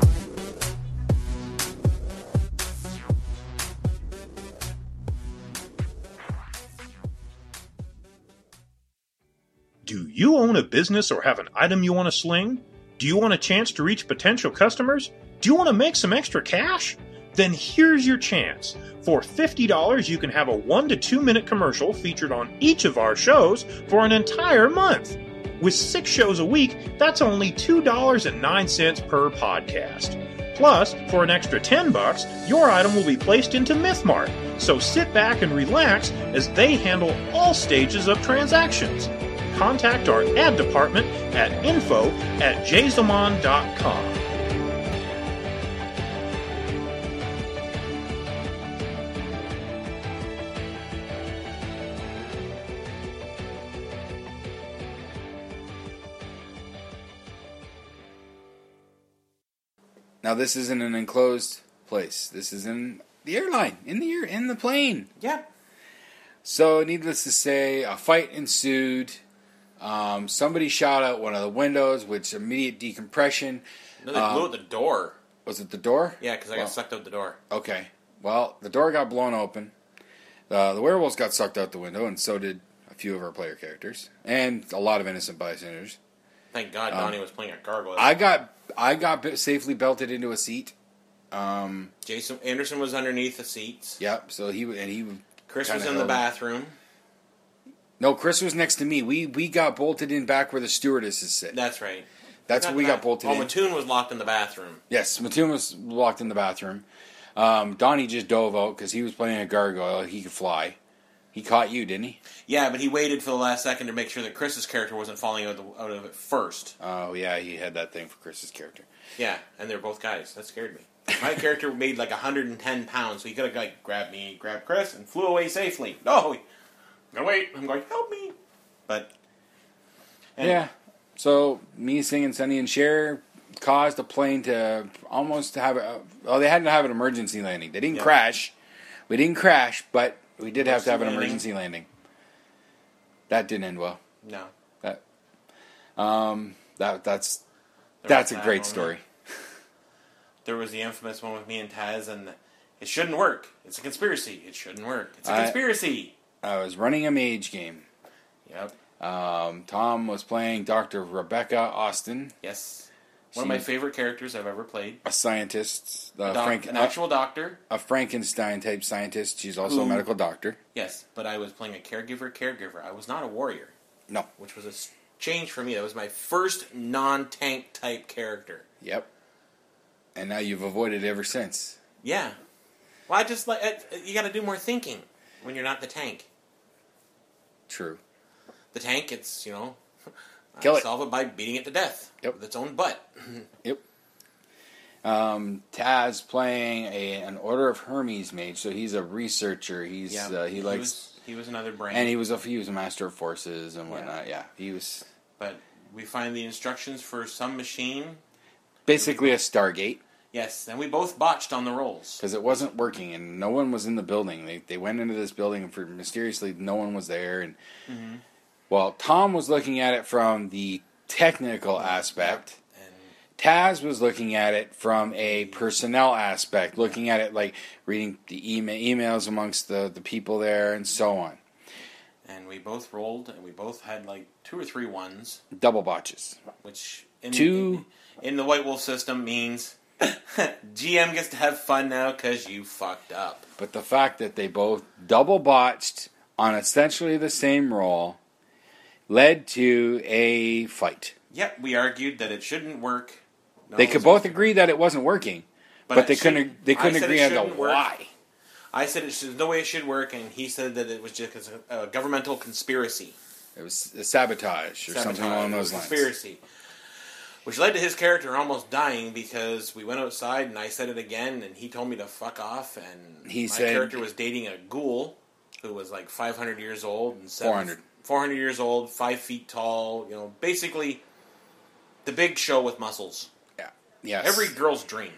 Speaker 1: Do you own a business or have an item you want to sling? Do you want a chance to reach potential customers? Do you want to make some extra cash? Then here's your chance. For $50, you can have a 1 to 2 minute commercial featured on each of our shows for an entire month. With 6 shows a week, that's only $2.09 per podcast. Plus, for an extra 10 bucks, your item will be placed into MythMart. So sit back and relax as they handle all stages of transactions contact our ad department at info at jazelmon.com.
Speaker 2: Now this isn't an enclosed place. This is in the airline, in the air, in the plane.
Speaker 3: Yeah.
Speaker 2: So, needless to say, a fight ensued. Um, somebody shot out one of the windows, which immediate decompression.
Speaker 3: No, they blew up the door.
Speaker 2: Was it the door?
Speaker 3: Yeah, because I
Speaker 2: Uh, Well,
Speaker 3: got sucked out the door.
Speaker 2: Okay. Well, the door got blown open. Uh, the werewolves got sucked out the window, and so did a few of our player characters and a lot of innocent bystanders.
Speaker 3: Thank God
Speaker 2: Uh,
Speaker 3: Donnie was playing a gargoyle.
Speaker 2: I got I got b- safely belted into a seat. Um,
Speaker 3: Jason Anderson was underneath the seats.
Speaker 2: yep. So he w- and he
Speaker 3: Chris
Speaker 2: kinda
Speaker 3: was in the
Speaker 2: held-
Speaker 3: bathroom.
Speaker 2: No, Chris was next to me. We we got bolted in back where the stewardesses sit.
Speaker 3: That's right.
Speaker 2: That's where
Speaker 3: Not
Speaker 2: we
Speaker 3: the
Speaker 2: got
Speaker 3: bath-
Speaker 2: bolted
Speaker 3: Oh,
Speaker 2: in.
Speaker 3: Mattoon was locked in the bathroom.
Speaker 2: Yes, Mattoon was locked in the bathroom. Um, Donnie just dove out because he was playing a gargoyle. He could fly. He caught you, didn't he?
Speaker 3: Yeah, but he waited for the last second to make sure that Chris's character wasn't falling out, the, out of it first.
Speaker 2: Oh yeah, he had that thing for Chris's character.
Speaker 3: Yeah, and they're both guys. That scared me. My character made like 110 pounds, so he could have like grabbed me, grabbed Chris, and flew away safely. No, no wait, I'm going help me. But and-
Speaker 2: Yeah. So me singing Sunny and Cher caused a plane to almost have a. Oh, they had to have an emergency landing. They didn't
Speaker 3: Yeah.
Speaker 2: crash. We didn't crash, but we did have to have an
Speaker 3: Emergency landing.
Speaker 2: emergency landing. That didn't end well.
Speaker 3: no,
Speaker 2: That, um, that that's
Speaker 3: There
Speaker 2: that's a
Speaker 3: was that
Speaker 2: great
Speaker 3: moment.
Speaker 2: story.
Speaker 3: There was the infamous one with me and Taz, and it shouldn't work. It's a conspiracy. It shouldn't work. It's a
Speaker 2: I-
Speaker 3: conspiracy.
Speaker 2: I was running a mage game.
Speaker 3: Yep.
Speaker 2: Um, Tom was playing Dr. Rebecca Austin,
Speaker 3: Yes. One of my
Speaker 2: See.
Speaker 3: favorite characters I've ever played.
Speaker 2: a scientist, a,
Speaker 3: Doc-
Speaker 2: Frank, uh,
Speaker 3: an actual doctor.
Speaker 2: a Frankenstein type scientist. She's also a
Speaker 3: Who-
Speaker 2: medical doctor.
Speaker 3: Yes, but I was playing a caregiver. Caregiver. I was not a warrior.
Speaker 2: No.
Speaker 3: which was a s- change for me. That was my first non-tank type character.
Speaker 2: Yep. And now you've avoided it ever since.
Speaker 3: Yeah. Well, I just like it- it- you got to do more thinking when you're not the tank.
Speaker 2: True.
Speaker 3: The tank, it's you know,
Speaker 2: Kill
Speaker 3: I
Speaker 2: it.
Speaker 3: solve it by beating it to death
Speaker 2: Yep.
Speaker 3: with its own butt.
Speaker 2: Yep. Um, Taz playing a, an Order of Hermes mage, so he's a researcher. He's uh, he, likes
Speaker 3: Was, he was another brain.
Speaker 2: and he was a he was a master of forces and whatnot. Yeah, he was
Speaker 3: but we find the instructions for some machine.
Speaker 2: basically a Stargate
Speaker 3: Yes, and we both botched on the rolls.
Speaker 2: because it wasn't working and no one was in the building. They they went into this building and for mysteriously no one was there. And well, Tom was looking at it from the technical aspect.
Speaker 3: And
Speaker 2: Taz was looking at it from a personnel aspect, looking at it like reading the ema emails amongst the, the people there and so on.
Speaker 3: and we both rolled, and we both had like two or three ones,
Speaker 2: Double botches.
Speaker 3: which in,
Speaker 2: Two-
Speaker 3: in, in the White Wolf system means GM gets to have fun now because you fucked up.
Speaker 2: But the fact that they both double botched on essentially the same roll led to a fight.
Speaker 3: Yep, we argued that it shouldn't work. No,
Speaker 2: They
Speaker 3: it
Speaker 2: could
Speaker 3: was-
Speaker 2: both agree that it wasn't working, but,
Speaker 3: it
Speaker 2: they couldn't
Speaker 3: shouldn't-
Speaker 2: they
Speaker 3: I
Speaker 2: couldn't
Speaker 3: said
Speaker 2: agree
Speaker 3: it
Speaker 2: on the
Speaker 3: shouldn't work.
Speaker 2: why.
Speaker 3: I said it should, there's no way it should work, and he said that it was just a, a governmental conspiracy.
Speaker 2: It was sabotage or something
Speaker 3: Sabotage,
Speaker 2: along those lines.
Speaker 3: Conspiracy. Which led to his character almost dying because we went outside and I said it again, and he told me to fuck off. And
Speaker 2: He
Speaker 3: my
Speaker 2: said-
Speaker 3: character was dating a ghoul who was like 500 years old and seven-
Speaker 2: 400.
Speaker 3: 400 years old, five feet tall. You know, basically the big show with muscles.
Speaker 2: Yeah. Yes.
Speaker 3: Every girl's dream.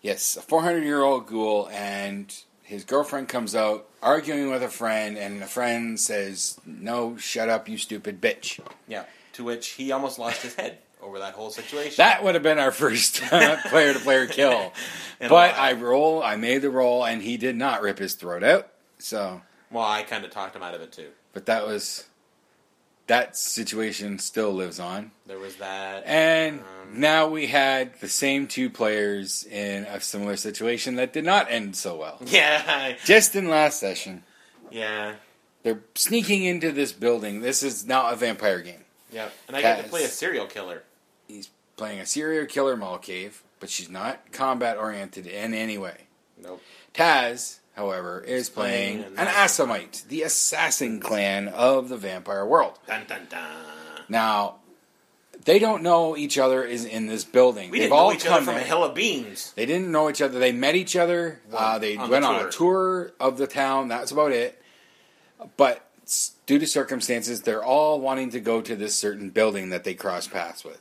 Speaker 2: Yes, a 400 year old ghoul, and his girlfriend comes out arguing with a friend, and the friend says, "No, shut up, you stupid bitch."
Speaker 3: Yeah. To which he almost lost his head over that whole situation.
Speaker 2: That would have been our first player to player kill.
Speaker 3: And
Speaker 2: but
Speaker 3: a lot.
Speaker 2: I roll, I made the roll, and he did not rip his throat out. So,
Speaker 3: well, I kind of talked him out of it too.
Speaker 2: but that was that situation still lives on.
Speaker 3: There was that.
Speaker 2: And
Speaker 3: Um,
Speaker 2: now we had the same two players in a similar situation that did not end so well.
Speaker 3: yeah,
Speaker 2: Just in last session,
Speaker 3: yeah,
Speaker 2: they're sneaking into this building. This is not a vampire game.
Speaker 3: yeah. And I got to
Speaker 2: Guys.
Speaker 3: play a serial killer.
Speaker 2: He's playing a serial killer mall cave, but she's not combat oriented in any way.
Speaker 3: Nope.
Speaker 2: Taz, however, is playing
Speaker 3: Playing
Speaker 2: an
Speaker 3: an
Speaker 2: Assamite, the assassin clan of the vampire world.
Speaker 3: Dun dun dun.
Speaker 2: Now, they don't know each other is in this building.
Speaker 3: We
Speaker 2: They've
Speaker 3: didn't
Speaker 2: all
Speaker 3: know each other
Speaker 2: come
Speaker 3: from a
Speaker 2: there.
Speaker 3: hill of beans.
Speaker 2: They didn't know each other. They met each other. uh,
Speaker 3: Well,
Speaker 2: they
Speaker 3: on the
Speaker 2: went on a tour of the town. That's about it. But s- due to circumstances, they're all wanting to go to this certain building that they cross paths with.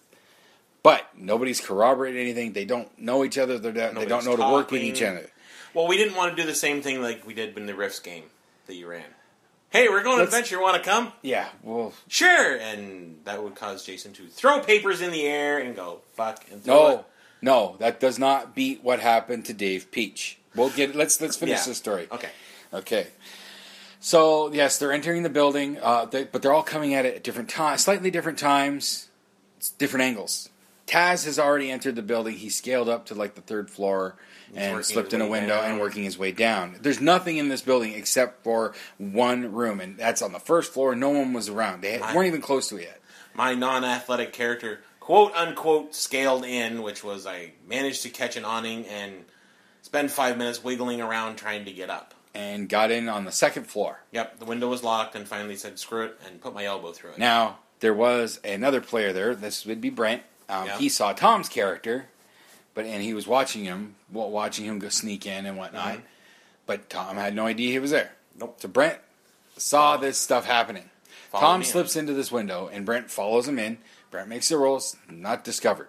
Speaker 2: But nobody's corroborated anything. They don't know each other. They're, they don't
Speaker 3: Nobody's
Speaker 2: know to work with each
Speaker 3: talking.
Speaker 2: other.
Speaker 3: Well, we didn't want to do the same thing like we did in the Rifts game that you ran. Hey, we're going on
Speaker 2: Let's-
Speaker 3: adventure. Want to come?
Speaker 2: Yeah, well,
Speaker 3: Sure. And that would cause Jason to throw papers in the air and go fuck and throw it.
Speaker 2: No, no, that does not beat what happened to Dave Peach. We'll get let's let's finish
Speaker 3: Yeah.
Speaker 2: this story.
Speaker 3: Okay.
Speaker 2: Okay. So yes, they're entering the building, uh, they, but they're all coming at it at different times, slightly different times, it's different angles. Taz has already entered the building. He scaled up to like the third floor and
Speaker 3: working
Speaker 2: slipped in
Speaker 3: his
Speaker 2: a
Speaker 3: way
Speaker 2: window
Speaker 3: down.
Speaker 2: and working his way down. There's nothing in this building except for one room, and that's on the first floor. No one was around. They
Speaker 3: Right.
Speaker 2: weren't even close to it yet.
Speaker 3: my non-athletic character quote unquote scaled in which was i managed to catch an awning and spend five minutes wiggling around trying to get up
Speaker 2: And got in on the second floor.
Speaker 3: yep the window was locked and finally said screw it and put my elbow through it
Speaker 2: Now, there was another player there. This would be Brent. Um,
Speaker 3: Yeah.
Speaker 2: He saw Tom's character, but and he was watching him, wa- watching him go sneak in and whatnot. But Tom had no idea he was there.
Speaker 3: Mm-hmm. Nope.
Speaker 2: So Brent saw this stuff happening.
Speaker 3: Follow
Speaker 2: Tom
Speaker 3: me in.
Speaker 2: slips into this window, and Brent follows him in. Brent makes the rolls, not discovered.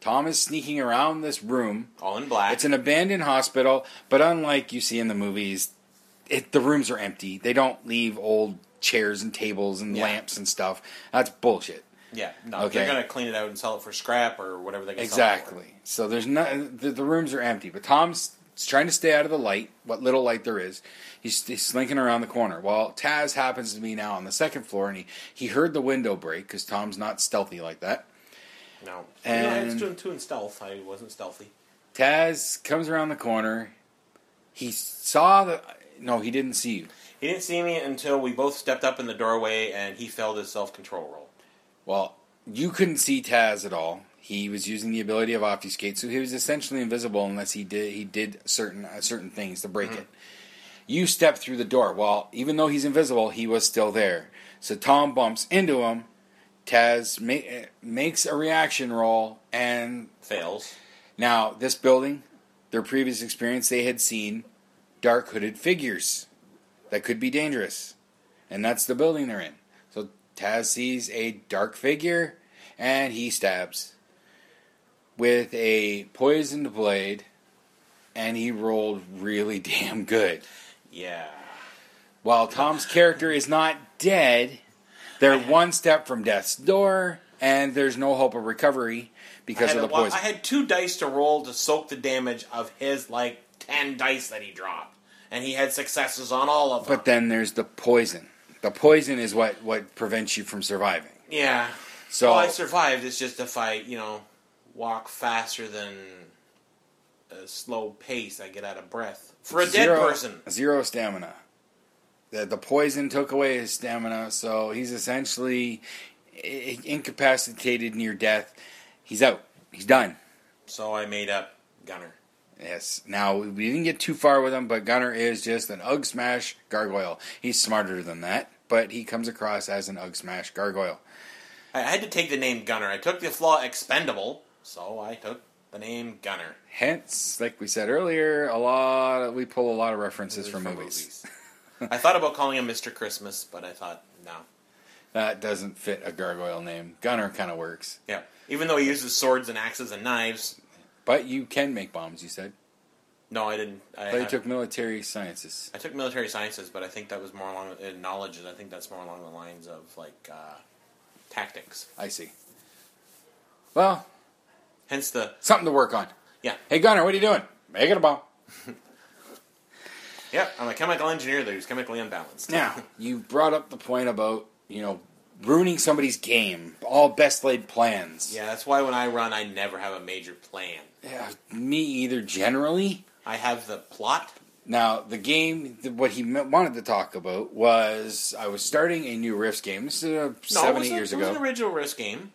Speaker 2: Tom is sneaking around this room.
Speaker 3: all in black
Speaker 2: It's an abandoned hospital, but unlike you see in the movies, it, the rooms are empty. They don't leave old chairs and tables and
Speaker 3: Yeah.
Speaker 2: lamps and stuff. That's bullshit.
Speaker 3: yeah no
Speaker 2: Okay.
Speaker 3: they're gonna clean it out and sell it for scrap or whatever they can sell it
Speaker 2: Exactly. So there's no the, the rooms are empty, but Tom's trying to stay out of the light, what little light there is. He's, he's slinking around the corner. Well, Taz happens to be now on the second floor, and he he heard the window break because Tom's not stealthy like that.
Speaker 3: for. no
Speaker 2: And-
Speaker 3: no, i was doing two in stealth i wasn't stealthy
Speaker 2: Taz comes around the corner. He saw the no, he didn't see you.
Speaker 3: he didn't see me until we both stepped up in the doorway and he failed his self-control roll
Speaker 2: Well, you couldn't see Taz at all. He was using the ability of obfuscate, so he was essentially invisible unless he did he did certain uh, certain things to break it. You stepped through the door. Well, even though he's invisible, he was still there. So Tom bumps into him. Taz ma- uh, makes a reaction roll, and
Speaker 3: fails
Speaker 2: now this building, their previous experience, they had seen dark hooded figures that could be dangerous, and that's the building they're in. So Taz sees a dark figure, and he stabs with a poisoned blade, and he rolled really damn good.
Speaker 3: yeah
Speaker 2: While Tom's character is not dead, they're one step from death's door, and there's no hope of recovery
Speaker 3: I
Speaker 2: because
Speaker 3: had,
Speaker 2: of
Speaker 3: a
Speaker 2: the
Speaker 3: wa-
Speaker 2: poison.
Speaker 3: I had two dice to roll to soak the damage of his like ten dice that he dropped, and he had successes on all of them.
Speaker 2: But then there's the poison. The poison is what what prevents you from surviving.
Speaker 3: yeah,
Speaker 2: So
Speaker 3: well, I survived. It's just if I, you know, walk faster than a slow pace, I get out of breath for a dead person.
Speaker 2: zero stamina. The, the poison took away his stamina, so he's essentially i- incapacitated near death. He's out. He's done.
Speaker 3: So I made up Gunner.
Speaker 2: Yes. Now we didn't get too far with him, but Gunner is just an Ugg Smash gargoyle. He's smarter than that, but he comes across as an Ugg Smash gargoyle.
Speaker 3: I I had to take the name Gunner. I took the flaw expendable, so I took the name Gunner.
Speaker 2: Hence, like we said earlier, a lot we pull a lot of references from, movies.
Speaker 3: I thought about calling him Mr. Christmas, but I thought no.
Speaker 2: That doesn't fit a gargoyle name. Gunner kind of works.
Speaker 3: Yeah. Even though he uses swords and axes and knives,
Speaker 2: But you can make bombs, you said.
Speaker 3: No, I didn't. I,
Speaker 2: But he
Speaker 3: have-
Speaker 2: took military sciences.
Speaker 3: I took military sciences, but I think that was more along in knowledge, and I think that's more along the lines of like uh, tactics.
Speaker 2: I see. Well,
Speaker 3: Hence the
Speaker 2: something to work on.
Speaker 3: yeah,
Speaker 2: Hey, Gunner, what are you doing? Making a bomb.
Speaker 3: yeah. I'm a chemical engineer that was chemically unbalanced.
Speaker 2: Now, you brought up the point about, you know, ruining somebody's game. All best laid plans.
Speaker 3: Yeah, that's why when I run, I never have a major plan.
Speaker 2: Yeah, Me either, generally.
Speaker 3: I have the plot.
Speaker 2: Now, the game, th- what he me- wanted to talk about was I was starting a new Rifts game. This is uh,
Speaker 3: No, it
Speaker 2: seven,
Speaker 3: was
Speaker 2: eight
Speaker 3: a-
Speaker 2: years
Speaker 3: it was an
Speaker 2: ago.
Speaker 3: original Risk game.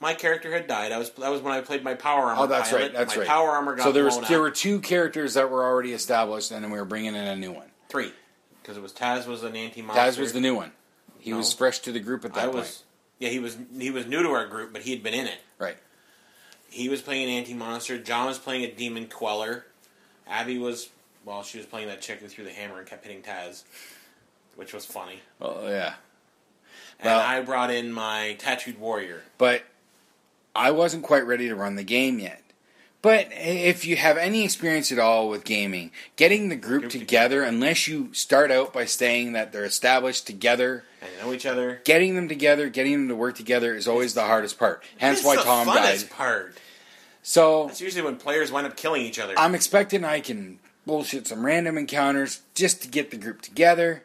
Speaker 3: My character had died. I was that was when I played my power armor.
Speaker 2: Oh, that's
Speaker 3: pilot.
Speaker 2: right. That's
Speaker 3: my
Speaker 2: right.
Speaker 3: Power armor got
Speaker 2: so there was
Speaker 3: blown
Speaker 2: there
Speaker 3: up.
Speaker 2: were two characters that were already established, and then we were bringing in a new one.
Speaker 3: three because it was Taz was an anti monster.
Speaker 2: Taz was the new one. He was
Speaker 3: Oh, No.
Speaker 2: fresh to the group at that
Speaker 3: I
Speaker 2: point.
Speaker 3: was. Yeah, he was he was new to our group, but he had been in it.
Speaker 2: Right.
Speaker 3: he was playing an anti-monster. John was playing a demon queller. Abby was, well, she was playing that chick who threw the hammer and kept hitting Taz, which was funny.
Speaker 2: Oh yeah.
Speaker 3: And
Speaker 2: Well-
Speaker 3: I brought in my tattooed warrior.
Speaker 2: but I wasn't quite ready to run the game yet. But if you have any experience at all with gaming, getting the group
Speaker 3: Group
Speaker 2: together, unless you start out by saying that they're established together,
Speaker 3: And they know each other.
Speaker 2: getting them together, getting them to work together is always the hardest part. Hence
Speaker 3: It's
Speaker 2: why
Speaker 3: the
Speaker 2: Tom
Speaker 3: funnest
Speaker 2: died.
Speaker 3: part.
Speaker 2: So
Speaker 3: That's usually when players wind up killing each other.
Speaker 2: I'm expecting I can bullshit some random encounters just to get the group together.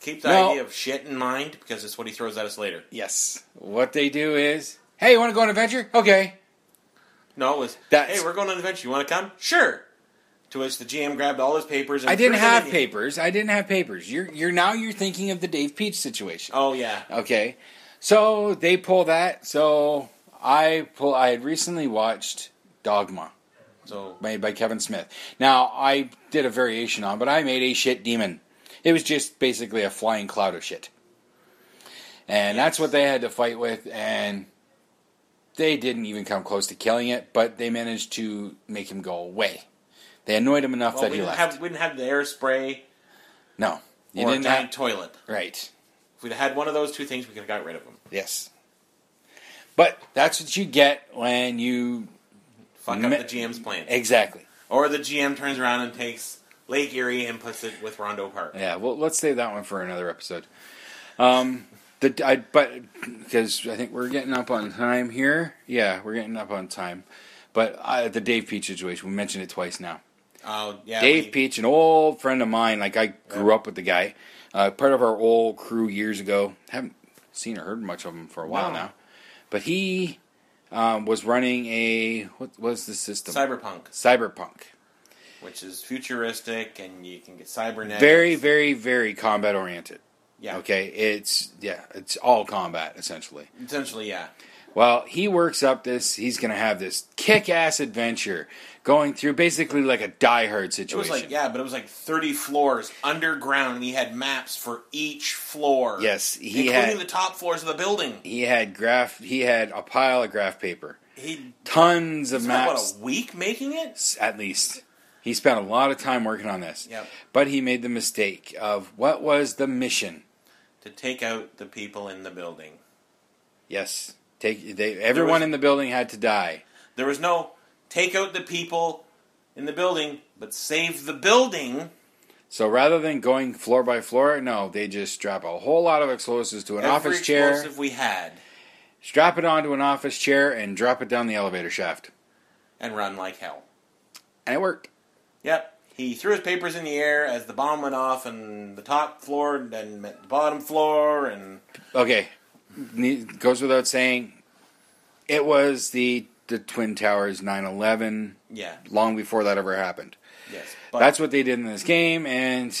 Speaker 3: Keep the
Speaker 2: No.
Speaker 3: idea of shit in mind because it's what he throws at us later.
Speaker 2: Yes. What they do is, hey, you want to go on an adventure? Okay.
Speaker 3: No, it was,
Speaker 2: That's-
Speaker 3: hey, we're going on an adventure. You want to come? Sure. To which the GM grabbed all his papers. And
Speaker 2: I didn't
Speaker 3: threw them
Speaker 2: have
Speaker 3: in the-
Speaker 2: papers. I didn't have papers. You're you're now you're thinking of the Dave Peach situation.
Speaker 3: Oh, yeah.
Speaker 2: Okay. So they pull that. So I pull I had recently watched Dogma
Speaker 3: So,
Speaker 2: made by Kevin Smith. Now I did a variation on, but I made a shit demon. It was just basically a flying cloud of shit. And that's what they had to fight with and they didn't even come close to killing it, but they managed to make him go away. They annoyed him enough
Speaker 3: well,
Speaker 2: that
Speaker 3: we,
Speaker 2: he
Speaker 3: didn't
Speaker 2: left.
Speaker 3: have, we didn't have the air spray
Speaker 2: no. You
Speaker 3: or a
Speaker 2: didn't have
Speaker 3: giant toilet.
Speaker 2: Right.
Speaker 3: If we'd had one of those two things, we could have got rid of them.
Speaker 2: Yes. But that's what you get when you
Speaker 3: Fuck
Speaker 2: Me-
Speaker 3: up the GM's plan.
Speaker 2: exactly.
Speaker 3: Or the GM turns around and takes Lake Erie and puts it with Rondo Park.
Speaker 2: Yeah. Well, let's save that one for another episode. Um, the I but because I think we're getting up on time here. Yeah, we're getting up on time. But I, the Dave Peach situation, we mentioned it twice now.
Speaker 3: Oh, yeah.
Speaker 2: Dave
Speaker 3: we-
Speaker 2: Peach, an old friend of mine. Like I grew up with the guy, uh, part of our old crew years ago. Haven't seen or heard much of him for a while
Speaker 3: No.
Speaker 2: now, but he um, was running a what was the system?
Speaker 3: Cyberpunk,
Speaker 2: Cyberpunk.
Speaker 3: which is futuristic and you can get cybernetic.
Speaker 2: Very, very, very combat oriented.
Speaker 3: Yeah.
Speaker 2: Okay. It's yeah, it's all combat essentially.
Speaker 3: Essentially, yeah.
Speaker 2: Well, he works up this. He's gonna have this kick-ass adventure going through basically like a die-hard
Speaker 3: It
Speaker 2: situation.
Speaker 3: was like, yeah, but it was like 30 floors underground and he had maps for each floor.
Speaker 2: Yes, he
Speaker 3: including
Speaker 2: had-
Speaker 3: the top floors of the building.
Speaker 2: He had graph. He had a pile of graph paper,
Speaker 3: He
Speaker 2: tons of
Speaker 3: spent, what,
Speaker 2: maps
Speaker 3: a week making it?
Speaker 2: s- at least. He spent a lot of time working on this.
Speaker 3: Yep.
Speaker 2: But he made the mistake of what was the mission?
Speaker 3: To take out the people in the building.
Speaker 2: Yes. Take they, everyone in the building had to die.
Speaker 3: There was no take out the people in the building, but save the building.
Speaker 2: So rather than going floor by floor, no, they just strap a whole lot of explosives to an
Speaker 3: Every
Speaker 2: office chair,
Speaker 3: explosive we had,
Speaker 2: strap it onto an office chair, and drop it down the elevator shaft.
Speaker 3: and run like hell.
Speaker 2: And it worked.
Speaker 3: Yep. He threw his papers in the air as the bomb went off, and the top floor and met the bottom floor, and
Speaker 2: Okay, Ne- goes without saying, it was the the Twin Towers 9/11
Speaker 3: yeah,
Speaker 2: long before that ever happened.
Speaker 3: yes. But
Speaker 2: That's what they did in this game, and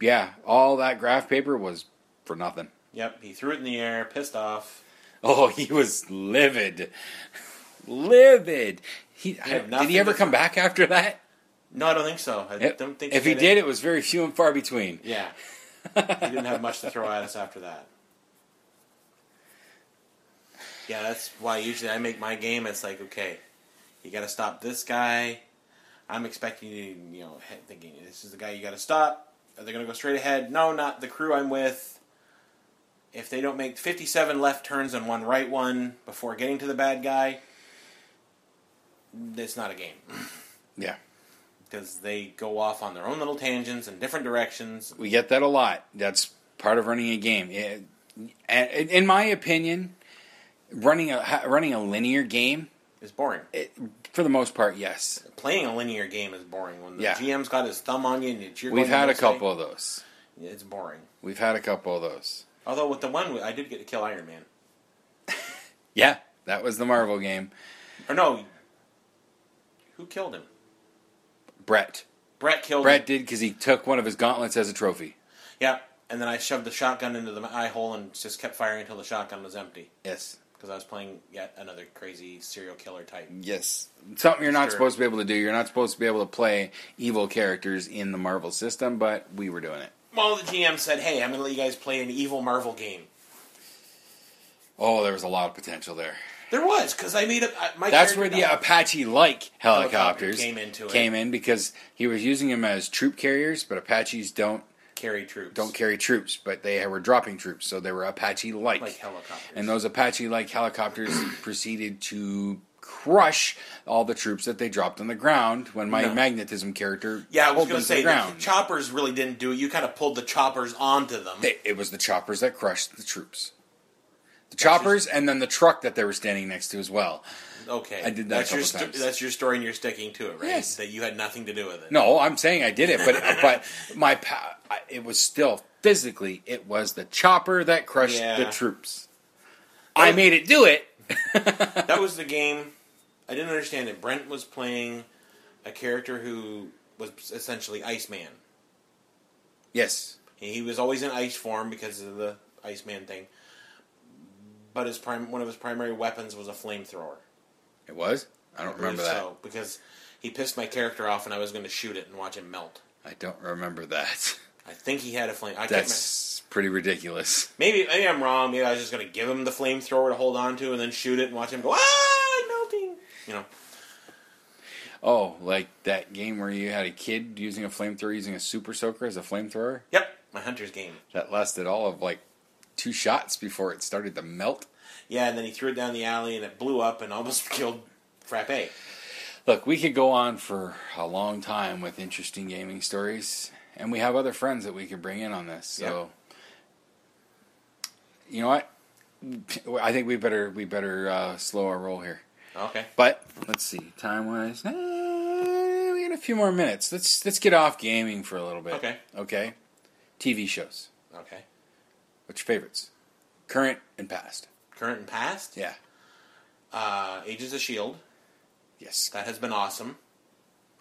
Speaker 2: yeah, all that graph paper was for nothing.
Speaker 3: yep. He threw it in the air, pissed off.
Speaker 2: Oh, he was livid, livid. He, I-
Speaker 3: have
Speaker 2: did
Speaker 3: nothing
Speaker 2: he ever
Speaker 3: to-
Speaker 2: come back after that?
Speaker 3: No, I don't think so. I don't think
Speaker 2: if he
Speaker 3: did
Speaker 2: did, it was very few and far between.
Speaker 3: Yeah, he didn't have much to throw at us after that. Yeah, that's why usually I make my game. It's like, okay, you got to stop this guy. I'm expecting you, to, you know, he- thinking this is the guy you got to stop. Are they going to go straight ahead? No, not the crew I'm with. If they don't make 57 left turns and one right one before getting to the bad guy, it's not a game.
Speaker 2: Yeah,
Speaker 3: because they go off on their own little tangents in different directions.
Speaker 2: We get that a lot. That's part of running a game. It- and- in in my opinion, running a ha- running a linear game,
Speaker 3: It's boring.
Speaker 2: it, for the most part, yes.
Speaker 3: Playing a linear game is boring. When the
Speaker 2: Yeah.
Speaker 3: GM's got his thumb on you and it's your
Speaker 2: We've
Speaker 3: going the
Speaker 2: had a
Speaker 3: next way,
Speaker 2: couple of those.
Speaker 3: It's boring.
Speaker 2: We've had a couple of those.
Speaker 3: Although with the one I did get to kill Iron Man.
Speaker 2: Yeah, that was the Marvel game.
Speaker 3: Or no, who killed him?
Speaker 2: Brett.
Speaker 3: Brett killed
Speaker 2: Brett
Speaker 3: him.
Speaker 2: did because he took one of his gauntlets as a trophy.
Speaker 3: Yeah, and then I shoved the shotgun into the eye hole and just kept firing until the shotgun was empty
Speaker 2: Yes.
Speaker 3: because I was playing yet another crazy serial killer type.
Speaker 2: Yes. Something you're not
Speaker 3: Sure.
Speaker 2: supposed to be able to do. You're not supposed to be able to play evil characters in the Marvel system, but we were doing it.
Speaker 3: Well, the GM said, "Hey, I'm going to let you guys play an evil Marvel game."
Speaker 2: Oh, there was a lot of potential there.
Speaker 3: There was because I made a I- my.
Speaker 2: That's
Speaker 3: character
Speaker 2: where the
Speaker 3: died.
Speaker 2: Apache like helicopters
Speaker 3: came into it.
Speaker 2: came in because he was using them as troop carriers, but Apaches don't
Speaker 3: carry troops
Speaker 2: don't carry troops, but they were dropping troops, so they were Apache
Speaker 3: like helicopters.
Speaker 2: And those Apache like helicopters proceeded to crush all the troops that they dropped on the ground when my
Speaker 3: No.
Speaker 2: magnetism character
Speaker 3: yeah, I was
Speaker 2: pulled
Speaker 3: going
Speaker 2: them
Speaker 3: to
Speaker 2: to
Speaker 3: say
Speaker 2: the
Speaker 3: the
Speaker 2: ground.
Speaker 3: choppers really didn't do it. You kind of pulled the choppers onto them.
Speaker 2: They- it was the choppers that crushed the troops. The choppers and then the truck that they were standing next to as well.
Speaker 3: okay,
Speaker 2: I did that a
Speaker 3: That's your
Speaker 2: couple times.
Speaker 3: that's your story, and you're sticking to it, right?
Speaker 2: Yes.
Speaker 3: That you had nothing to do with it.
Speaker 2: No, I'm saying I did it, but but my pa- I- it was still physically it was the chopper that crushed the
Speaker 3: Yeah.
Speaker 2: troops. I made it do it.
Speaker 3: that was the game. I didn't understand it. Brent was playing a character who was essentially Iceman.
Speaker 2: Yes.
Speaker 3: He was always in ice form because of the Iceman thing. But his prime one of his primary weapons was a flamethrower.
Speaker 2: It was? I don't remember that.
Speaker 3: So, because he pissed my character off and I was going to shoot it and watch him melt.
Speaker 2: I don't remember that.
Speaker 3: I think he had a flame. I can't
Speaker 2: That's pretty ridiculous.
Speaker 3: remember. Maybe, maybe I'm wrong. Maybe I was just going to give him the flamethrower to hold on to and then shoot it and watch him go, ah, melting. You know,
Speaker 2: Oh, like that game where you had a kid using a flamethrower using a super soaker as a flamethrower?
Speaker 3: yep, my hunter's game.
Speaker 2: That lasted all of like two shots before it started to melt.
Speaker 3: Yeah, and then he threw it down the alley and it blew up and almost killed Frappe.
Speaker 2: Look, we could go on for a long time with interesting gaming stories, and we have other friends that we could bring in on this. So, you know what? I think we better we better uh, slow our roll here.
Speaker 3: Okay.
Speaker 2: But let's see, time wise, we got a few more minutes. Let's let's get off gaming for a little bit.
Speaker 3: Okay.
Speaker 2: Okay. TV shows.
Speaker 3: Okay.
Speaker 2: What's your favorites? Current and past.
Speaker 3: Current and past.
Speaker 2: Yeah.
Speaker 3: Uh, Agents of S.H.I.E.L.D.
Speaker 2: Yes.
Speaker 3: That has been awesome.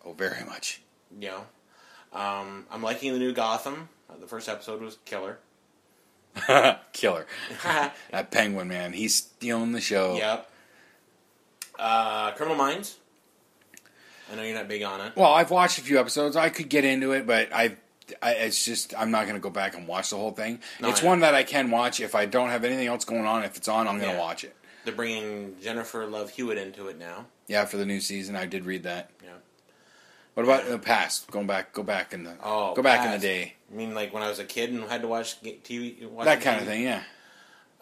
Speaker 2: Oh, very much.
Speaker 3: You know, um, I'm liking the new Gotham. Uh, the first episode was killer.
Speaker 2: Killer. that Penguin man, he's stealing the show.
Speaker 3: Yep. Uh, Criminal Minds. I know you're not big on it.
Speaker 2: Well, I've watched a few episodes. I could get into it, but I've. I, it's just I'm not going to go back and watch the whole thing.
Speaker 3: No,
Speaker 2: it's
Speaker 3: I know.
Speaker 2: one that I can watch if I don't have anything else going on. If it's on, I'm going to
Speaker 3: Yeah.
Speaker 2: watch it.
Speaker 3: They're bringing Jennifer Love Hewitt into it now.
Speaker 2: Yeah, for the new season, I did read that.
Speaker 3: You know.
Speaker 2: What about in the past? Going back, go back in the
Speaker 3: Oh,
Speaker 2: go back in
Speaker 3: past.
Speaker 2: the day,
Speaker 3: I mean, like when I was a kid and had to watch ga- TV. Watch
Speaker 2: that kind of thing. Yeah.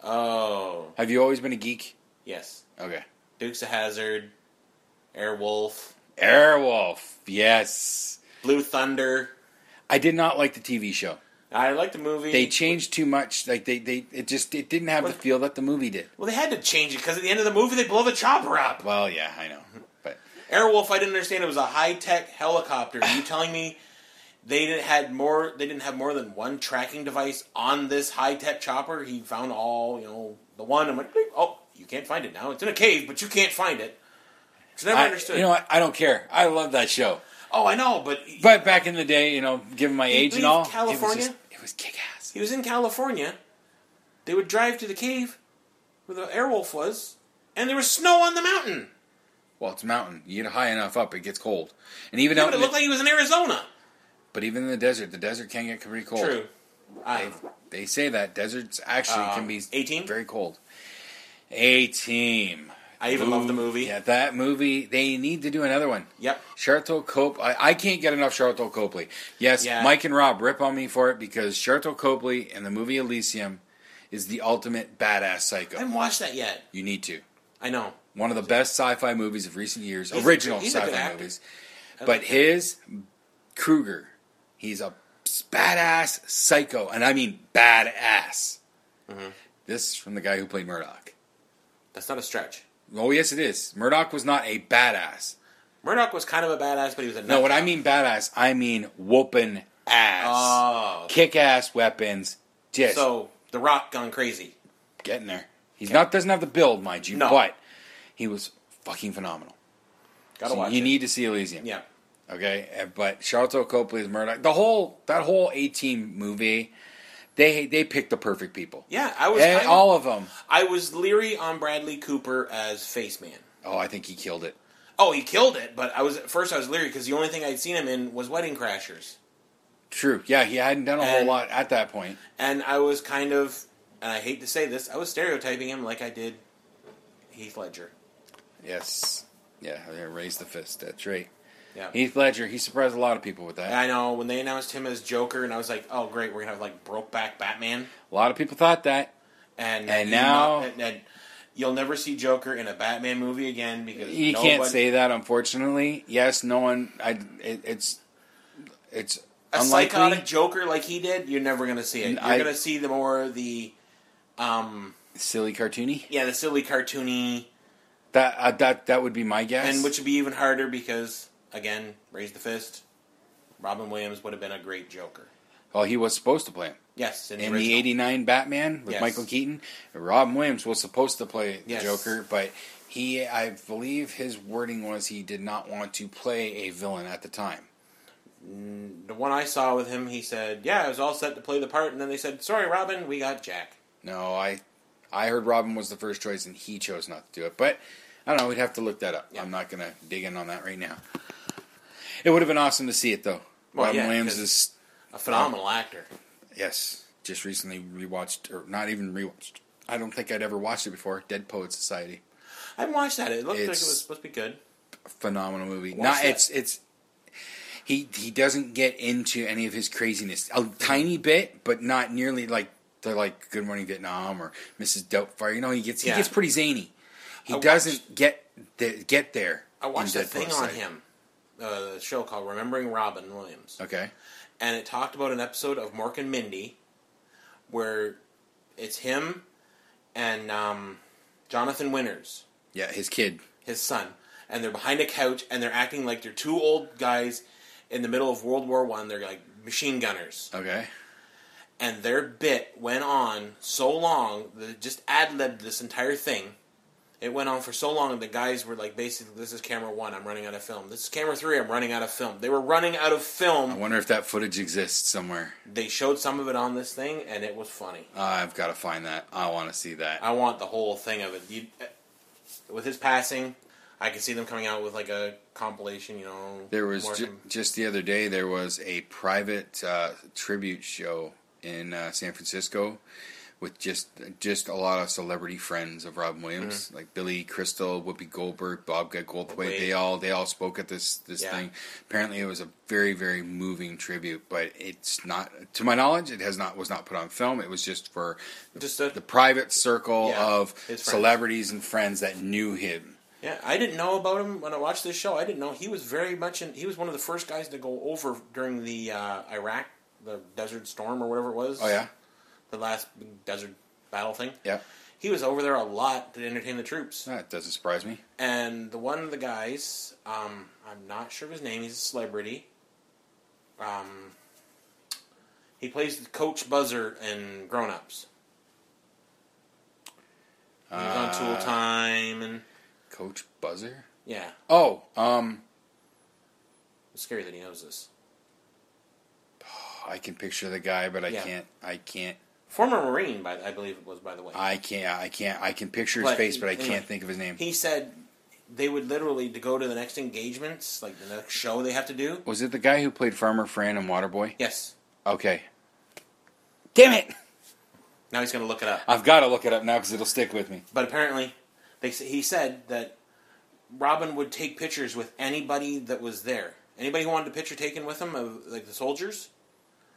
Speaker 3: Oh,
Speaker 2: Have you always been a geek?
Speaker 3: yes.
Speaker 2: Okay.
Speaker 3: Dukes of Hazard, Airwolf,
Speaker 2: Airwolf. Yes.
Speaker 3: Blue Thunder.
Speaker 2: I did not like the TV show.
Speaker 3: I like the movie.
Speaker 2: They changed too much. Like they, they, it just it didn't have the feel that the movie did.
Speaker 3: well, they had to change it because at the end of the movie they blow the chopper up.
Speaker 2: Well, yeah, I know, but
Speaker 3: Airwolf, I didn't understand. It was a high tech helicopter. Are you telling me they didn't had more? They didn't have more than one tracking device on this high tech chopper. He found all you know the one and went. "Bleep." Oh, you can't find it now. It's in a cave, but you can't find it. It's never
Speaker 2: I,
Speaker 3: understood.
Speaker 2: you know what? I don't care. I love that show.
Speaker 3: oh, I know, but he,
Speaker 2: But back in the day, you know, given my age
Speaker 3: leave
Speaker 2: and all, it
Speaker 3: California?
Speaker 2: was, just, it was kick ass.
Speaker 3: he was in California. They would drive to the cave where the Airwolf was, and there was snow on the mountain.
Speaker 2: Well, it's a mountain. You get high enough up, it gets cold, and even out.
Speaker 3: But it
Speaker 2: in the-
Speaker 3: looked like he was in Arizona.
Speaker 2: but even in the desert, the desert can get pretty cold.
Speaker 3: True. I,
Speaker 2: They say that deserts actually
Speaker 3: Um,
Speaker 2: can be
Speaker 3: 18?
Speaker 2: very cold. A team.
Speaker 3: I even love the movie.
Speaker 2: Yeah, that movie. They need to do another one.
Speaker 3: Yep.
Speaker 2: Charlotte Cope. I, I can't get enough Charlotte Copley. Yes,
Speaker 3: Yeah.
Speaker 2: Mike and Rob rip on me for it because Charlotte Copley in the movie Elysium is the ultimate badass
Speaker 3: I
Speaker 2: psycho.
Speaker 3: haven't watched that yet.
Speaker 2: you need to.
Speaker 3: I know.
Speaker 2: One of the best sci-fi movies of recent years,
Speaker 3: He's a
Speaker 2: original
Speaker 3: good- he's a good
Speaker 2: sci-fi
Speaker 3: actor.
Speaker 2: movies. But his Kruger, he's a badass psycho, and I mean badass.
Speaker 3: Mm-hmm.
Speaker 2: This from the guy who played Murdoch.
Speaker 3: That's not a stretch.
Speaker 2: Oh yes, it is. Murdoch was not a badass.
Speaker 3: Murdoch was kind of a badass, but he was a
Speaker 2: No,
Speaker 3: nut
Speaker 2: when I
Speaker 3: job.
Speaker 2: mean badass, I mean whooping ass,
Speaker 3: Oh.
Speaker 2: kick ass weapons, just
Speaker 3: So the Rock gone crazy.
Speaker 2: getting there. He's not doesn't have the build, mind you,
Speaker 3: No.
Speaker 2: but he was fucking phenomenal.
Speaker 3: Gotta
Speaker 2: So
Speaker 3: watch.
Speaker 2: you
Speaker 3: it.
Speaker 2: need to see Elysium.
Speaker 3: yeah.
Speaker 2: Okay, uh, but Charlton Copley's Murdoch, the whole that whole A team movie, they they picked the perfect people.
Speaker 3: Yeah, I was.
Speaker 2: And
Speaker 3: kind of-
Speaker 2: all of them.
Speaker 3: I was leery on Bradley Cooper as Face Man.
Speaker 2: Oh, I think he killed it.
Speaker 3: Oh, he killed it, but I was at first I was leery because the only thing I'd seen him in was Wedding Crashers,
Speaker 2: True. Yeah, he hadn't done a whole
Speaker 3: And-
Speaker 2: lot at that point.
Speaker 3: and I was kind of, and I hate to say this, I was stereotyping him like I did Heath Ledger.
Speaker 2: Yes. Yeah, yeah, raise the fist. That's right.
Speaker 3: Yeah,
Speaker 2: Heath Ledger, he surprised a lot of people with that.
Speaker 3: I know when they announced him as Joker, and I was like, oh great, we're gonna have like Brokeback Batman,
Speaker 2: A lot of people thought that.
Speaker 3: and
Speaker 2: And
Speaker 3: you
Speaker 2: now-
Speaker 3: not- and, and you'll never see Joker in a Batman movie again because
Speaker 2: You
Speaker 3: nobody-
Speaker 2: can't say that, unfortunately. Yes, no one. I. It, it's. It's
Speaker 3: a
Speaker 2: unlikely.
Speaker 3: psychotic Joker like he did. You're never gonna see it. You're
Speaker 2: I-
Speaker 3: gonna see the more the. Um,
Speaker 2: silly cartoony.
Speaker 3: yeah, the silly cartoony,
Speaker 2: That uh, that that would be my guess.
Speaker 3: and which would be even harder because again, raise the fist. Robin Williams would have been a great Joker.
Speaker 2: well, he was supposed to play him
Speaker 3: Yes, in,
Speaker 2: in the '89 Batman with
Speaker 3: Yes.
Speaker 2: Michael Keaton. Rob Williams was supposed to play the
Speaker 3: Yes.
Speaker 2: Joker, but he, I believe, his wording was he did not want to play a villain at the time.
Speaker 3: the one I saw with him, he said, "Yeah, I was all set to play the part," and then they said, "Sorry, Robin, we got Jack."
Speaker 2: No, I, I heard Robin was the first choice, and he chose not to do it. But I don't know. We'd have to look that up. I'm not gonna dig in on that right now. It would have been awesome to see it though.
Speaker 3: Well,
Speaker 2: Robin
Speaker 3: yeah,
Speaker 2: Williams
Speaker 3: 'cause-
Speaker 2: is
Speaker 3: A phenomenal actor.
Speaker 2: Yes. Just recently rewatched, or not even rewatched. I don't think I'd ever watched it before. Dead Poet Society,
Speaker 3: I haven't watched that. It looked like it
Speaker 2: It's-
Speaker 3: was supposed to be good.
Speaker 2: phenomenal movie.
Speaker 3: Watch
Speaker 2: not
Speaker 3: that.
Speaker 2: it's it's he he doesn't get into any of his craziness a tiny bit, but not nearly like the like Good Morning Vietnam or Mrs. Doubtfire. You know he gets he
Speaker 3: Yeah.
Speaker 2: gets pretty zany. He
Speaker 3: I watched-
Speaker 2: doesn't get the, get there.
Speaker 3: I
Speaker 2: in
Speaker 3: watched a
Speaker 2: Dead
Speaker 3: thing
Speaker 2: Poet
Speaker 3: on
Speaker 2: Society.
Speaker 3: him, uh, a show called "Remembering Robin Williams,"
Speaker 2: Okay.
Speaker 3: and it talked about an episode of Mork and Mindy where it's him and um, Jonathan Winters.
Speaker 2: Yeah, his kid.
Speaker 3: his son, and they're behind a couch and they're acting like they're two old guys in the middle of World War One. They're like machine gunners,
Speaker 2: Okay.
Speaker 3: and their bit went on so long that it just ad libbed this entire thing. It went on for so long, and the guys were like, basically, this is camera one, I'm running out of film. This is camera three, I'm running out of film. They were running out of
Speaker 2: I
Speaker 3: film.
Speaker 2: wonder if that footage exists somewhere.
Speaker 3: They showed some of it on this thing, and it was funny.
Speaker 2: I've got to find that. I want to see that.
Speaker 3: I want the whole thing of it. You, eh, with his passing, I could see them coming out with like a compilation, you know.
Speaker 2: There was
Speaker 3: more
Speaker 2: ju-
Speaker 3: him-
Speaker 2: just the other day. There was a private uh, tribute show in uh, San Francisco with just just a lot of celebrity friends of Robin Williams, like Billy Crystal, Whoopi Goldberg, Bob Goldthwait.
Speaker 3: Mm-hmm. Wait.
Speaker 2: They all they all spoke at this this
Speaker 3: Yeah.
Speaker 2: thing. Apparently, it was a very very moving tribute, but it's not to my knowledge. It has not was not put on film. It was just for
Speaker 3: Just a,
Speaker 2: the private circle
Speaker 3: Yeah,
Speaker 2: of
Speaker 3: his friends.
Speaker 2: celebrities and friends that knew him.
Speaker 3: Yeah, I didn't know about him when I watched this show. I didn't know he was very much in. He was one of the first guys to go over during the uh, Iraq, the Desert Storm or whatever it was.
Speaker 2: Oh yeah,
Speaker 3: the last big desert battle thing.
Speaker 2: yeah.
Speaker 3: He was over there a lot to entertain the troops.
Speaker 2: That doesn't surprise me.
Speaker 3: And the one of the guys, um, I'm not sure of his name. He's a celebrity. Um, he plays Coach Buzzer in Grown Ups. He was on Tool
Speaker 2: Uh,
Speaker 3: Time and
Speaker 2: Coach Buzzer.
Speaker 3: yeah.
Speaker 2: Oh, um,
Speaker 3: It's scary that he knows this.
Speaker 2: I can picture the guy, but I
Speaker 3: Yeah.
Speaker 2: can't. I can't.
Speaker 3: Former Marine, by I believe it was, by the way.
Speaker 2: I can't. I can't. I can picture his
Speaker 3: But-
Speaker 2: face, but I
Speaker 3: anyway.
Speaker 2: can't think of his name.
Speaker 3: he said they would literally to go to the next engagements, like the next show they have to do.
Speaker 2: Was it the guy who played Farmer Fran and Waterboy?
Speaker 3: Yes.
Speaker 2: Okay. Damn it!
Speaker 3: Now he's going to look it up.
Speaker 2: I've got to look it up now because it'll stick with me.
Speaker 3: But apparently, they s- he said that Robin would take pictures with anybody that was there. Anybody who wanted a picture taken with him, of like the soldiers,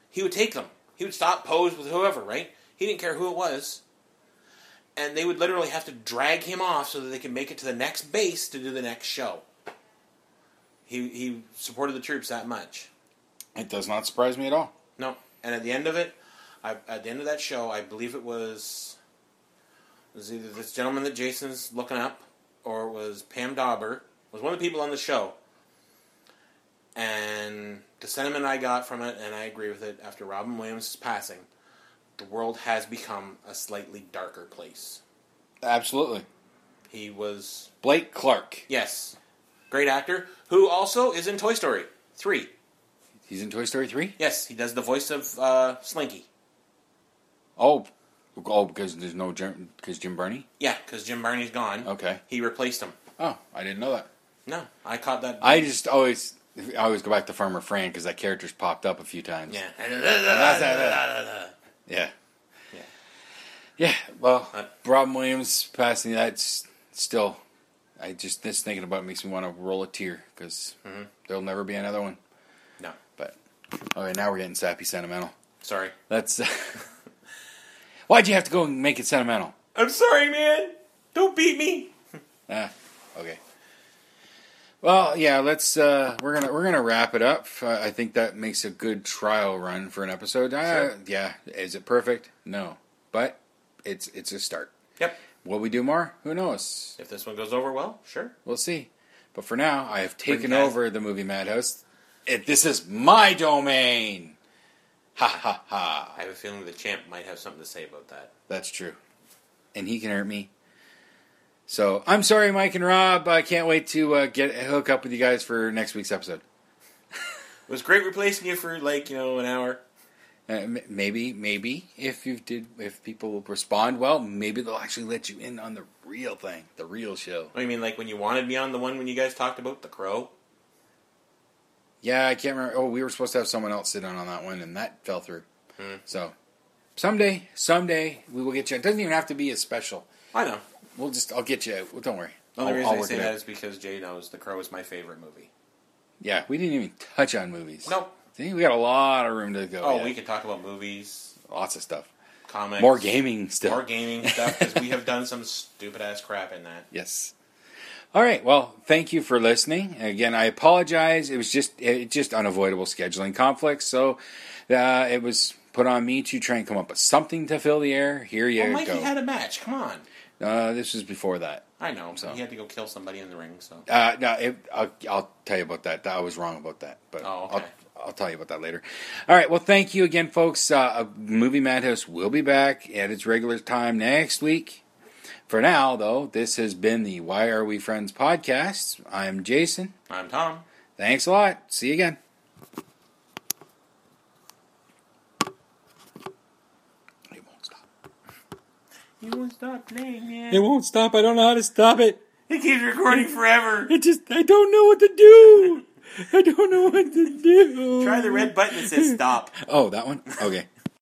Speaker 3: he would take them. He would stop, pose with whoever, right? He didn't care who it was. And they would literally have to drag him off so that they could make it to the next base to do the next show. He he supported the troops that much.
Speaker 2: It does not surprise me at all.
Speaker 3: No, and at the end of it, I, at the end of that show, I believe it was it was either this gentleman that Jason's looking up, or it was Pam Dauber it was one of the people on the show. And the sentiment I got from it, and I agree with it, after Robin Williams' passing, the world has become a slightly darker place.
Speaker 2: Absolutely.
Speaker 3: He was
Speaker 2: Blake Clark.
Speaker 3: yes, great actor who also is in Toy Story three.
Speaker 2: He's in Toy Story 3?
Speaker 3: Yes, he does the voice of uh, Slinky.
Speaker 2: Oh. Oh, because there's no Jim, because Jim Barney?
Speaker 3: Yeah, because Jim Barney's gone.
Speaker 2: Okay.
Speaker 3: He replaced him.
Speaker 2: Oh, I didn't know that.
Speaker 3: No, I caught that.
Speaker 2: I just always, I always go back to Farmer Fran because that character's popped up a few times.
Speaker 3: yeah.
Speaker 2: Yeah.
Speaker 3: Yeah.
Speaker 2: Yeah. Well,
Speaker 3: Uh,
Speaker 2: Robin Williams passing that's still. I just this thinking about it makes me want to roll a tear because
Speaker 3: Mm-hmm.
Speaker 2: there'll never be another one.
Speaker 3: No,
Speaker 2: But okay, now we're getting sappy sentimental.
Speaker 3: sorry.
Speaker 2: That's why'd you have to go and make it sentimental?
Speaker 3: I'm sorry, man. Don't beat me.
Speaker 2: Ah, okay. Well, yeah, let's uh, we're gonna we're gonna wrap it up. Uh, I think that makes a good trial run for an episode. Uh,
Speaker 3: Sure.
Speaker 2: Yeah, is it perfect? No, but it's it's a start.
Speaker 3: Yep.
Speaker 2: Will we do more? Who knows?
Speaker 3: If this one goes over well, sure.
Speaker 2: We'll see. But for now, I have taken
Speaker 3: Madhouse.
Speaker 2: over the movie Madhouse. It, this is my domain. Ha ha ha.
Speaker 3: I have a feeling the champ might have something to say about that.
Speaker 2: That's true. And he can hurt me. So I'm sorry, Mike and Rob. I can't wait to uh, get hook up with you guys for next week's episode.
Speaker 3: It was great replacing you for like you know an hour.
Speaker 2: Uh, m- maybe, maybe if you did, if people respond well, maybe they'll actually let you in on the real thing, the real show.
Speaker 3: I mean, like when you wanted me on the one when you guys talked about the crow.
Speaker 2: Yeah, I can't remember. Oh, we were supposed to have someone else sit in on that one, and that fell through.
Speaker 3: Hmm.
Speaker 2: So someday, someday we will get you. It doesn't even have to be a special.
Speaker 3: I know.
Speaker 2: We'll just, I'll get you. out. Well, don't worry.
Speaker 3: The only
Speaker 2: I'll-
Speaker 3: reason
Speaker 2: I'll
Speaker 3: I
Speaker 2: work
Speaker 3: say
Speaker 2: it out.
Speaker 3: that is because Jay knows the crow is my favorite movie.
Speaker 2: Yeah, we didn't even touch on movies.
Speaker 3: No.
Speaker 2: See, we got a lot of room to go.
Speaker 3: Oh,
Speaker 2: yet.
Speaker 3: we can talk about movies,
Speaker 2: lots of stuff.
Speaker 3: comics,
Speaker 2: More gaming still.
Speaker 3: more gaming stuff because we have done some stupid ass crap in that.
Speaker 2: Yes. All right. Well, thank you for listening. Again, I apologize. It was just it just unavoidable scheduling conflicts. So uh, it was put on me to try and come up with something to fill the air. Here you
Speaker 3: Well, Oh, Mikey
Speaker 2: go.
Speaker 3: had a match. Come on.
Speaker 2: uh, this was before that.
Speaker 3: I know.
Speaker 2: So.
Speaker 3: He had to go kill somebody in the ring. So
Speaker 2: Uh, no, it, I'll, I'll tell you about that. I was wrong about that, but
Speaker 3: Oh, okay.
Speaker 2: I'll, I'll tell you about that later. All right. Well, thank you again, folks. Uh, Movie Madhouse will be back at its regular time next week. For now, though, this has been the Why Are We Friends podcast. I'm Jason.
Speaker 3: I'm Tom.
Speaker 2: Thanks a lot. See you again. It won't stop.
Speaker 3: You won't stop playing, man.
Speaker 2: It won't stop. I don't know how to stop it.
Speaker 3: It keeps recording forever.
Speaker 2: It just, I don't know what to do. I don't know what to do.
Speaker 3: Try the red button that says stop.
Speaker 2: Oh, that one? Okay.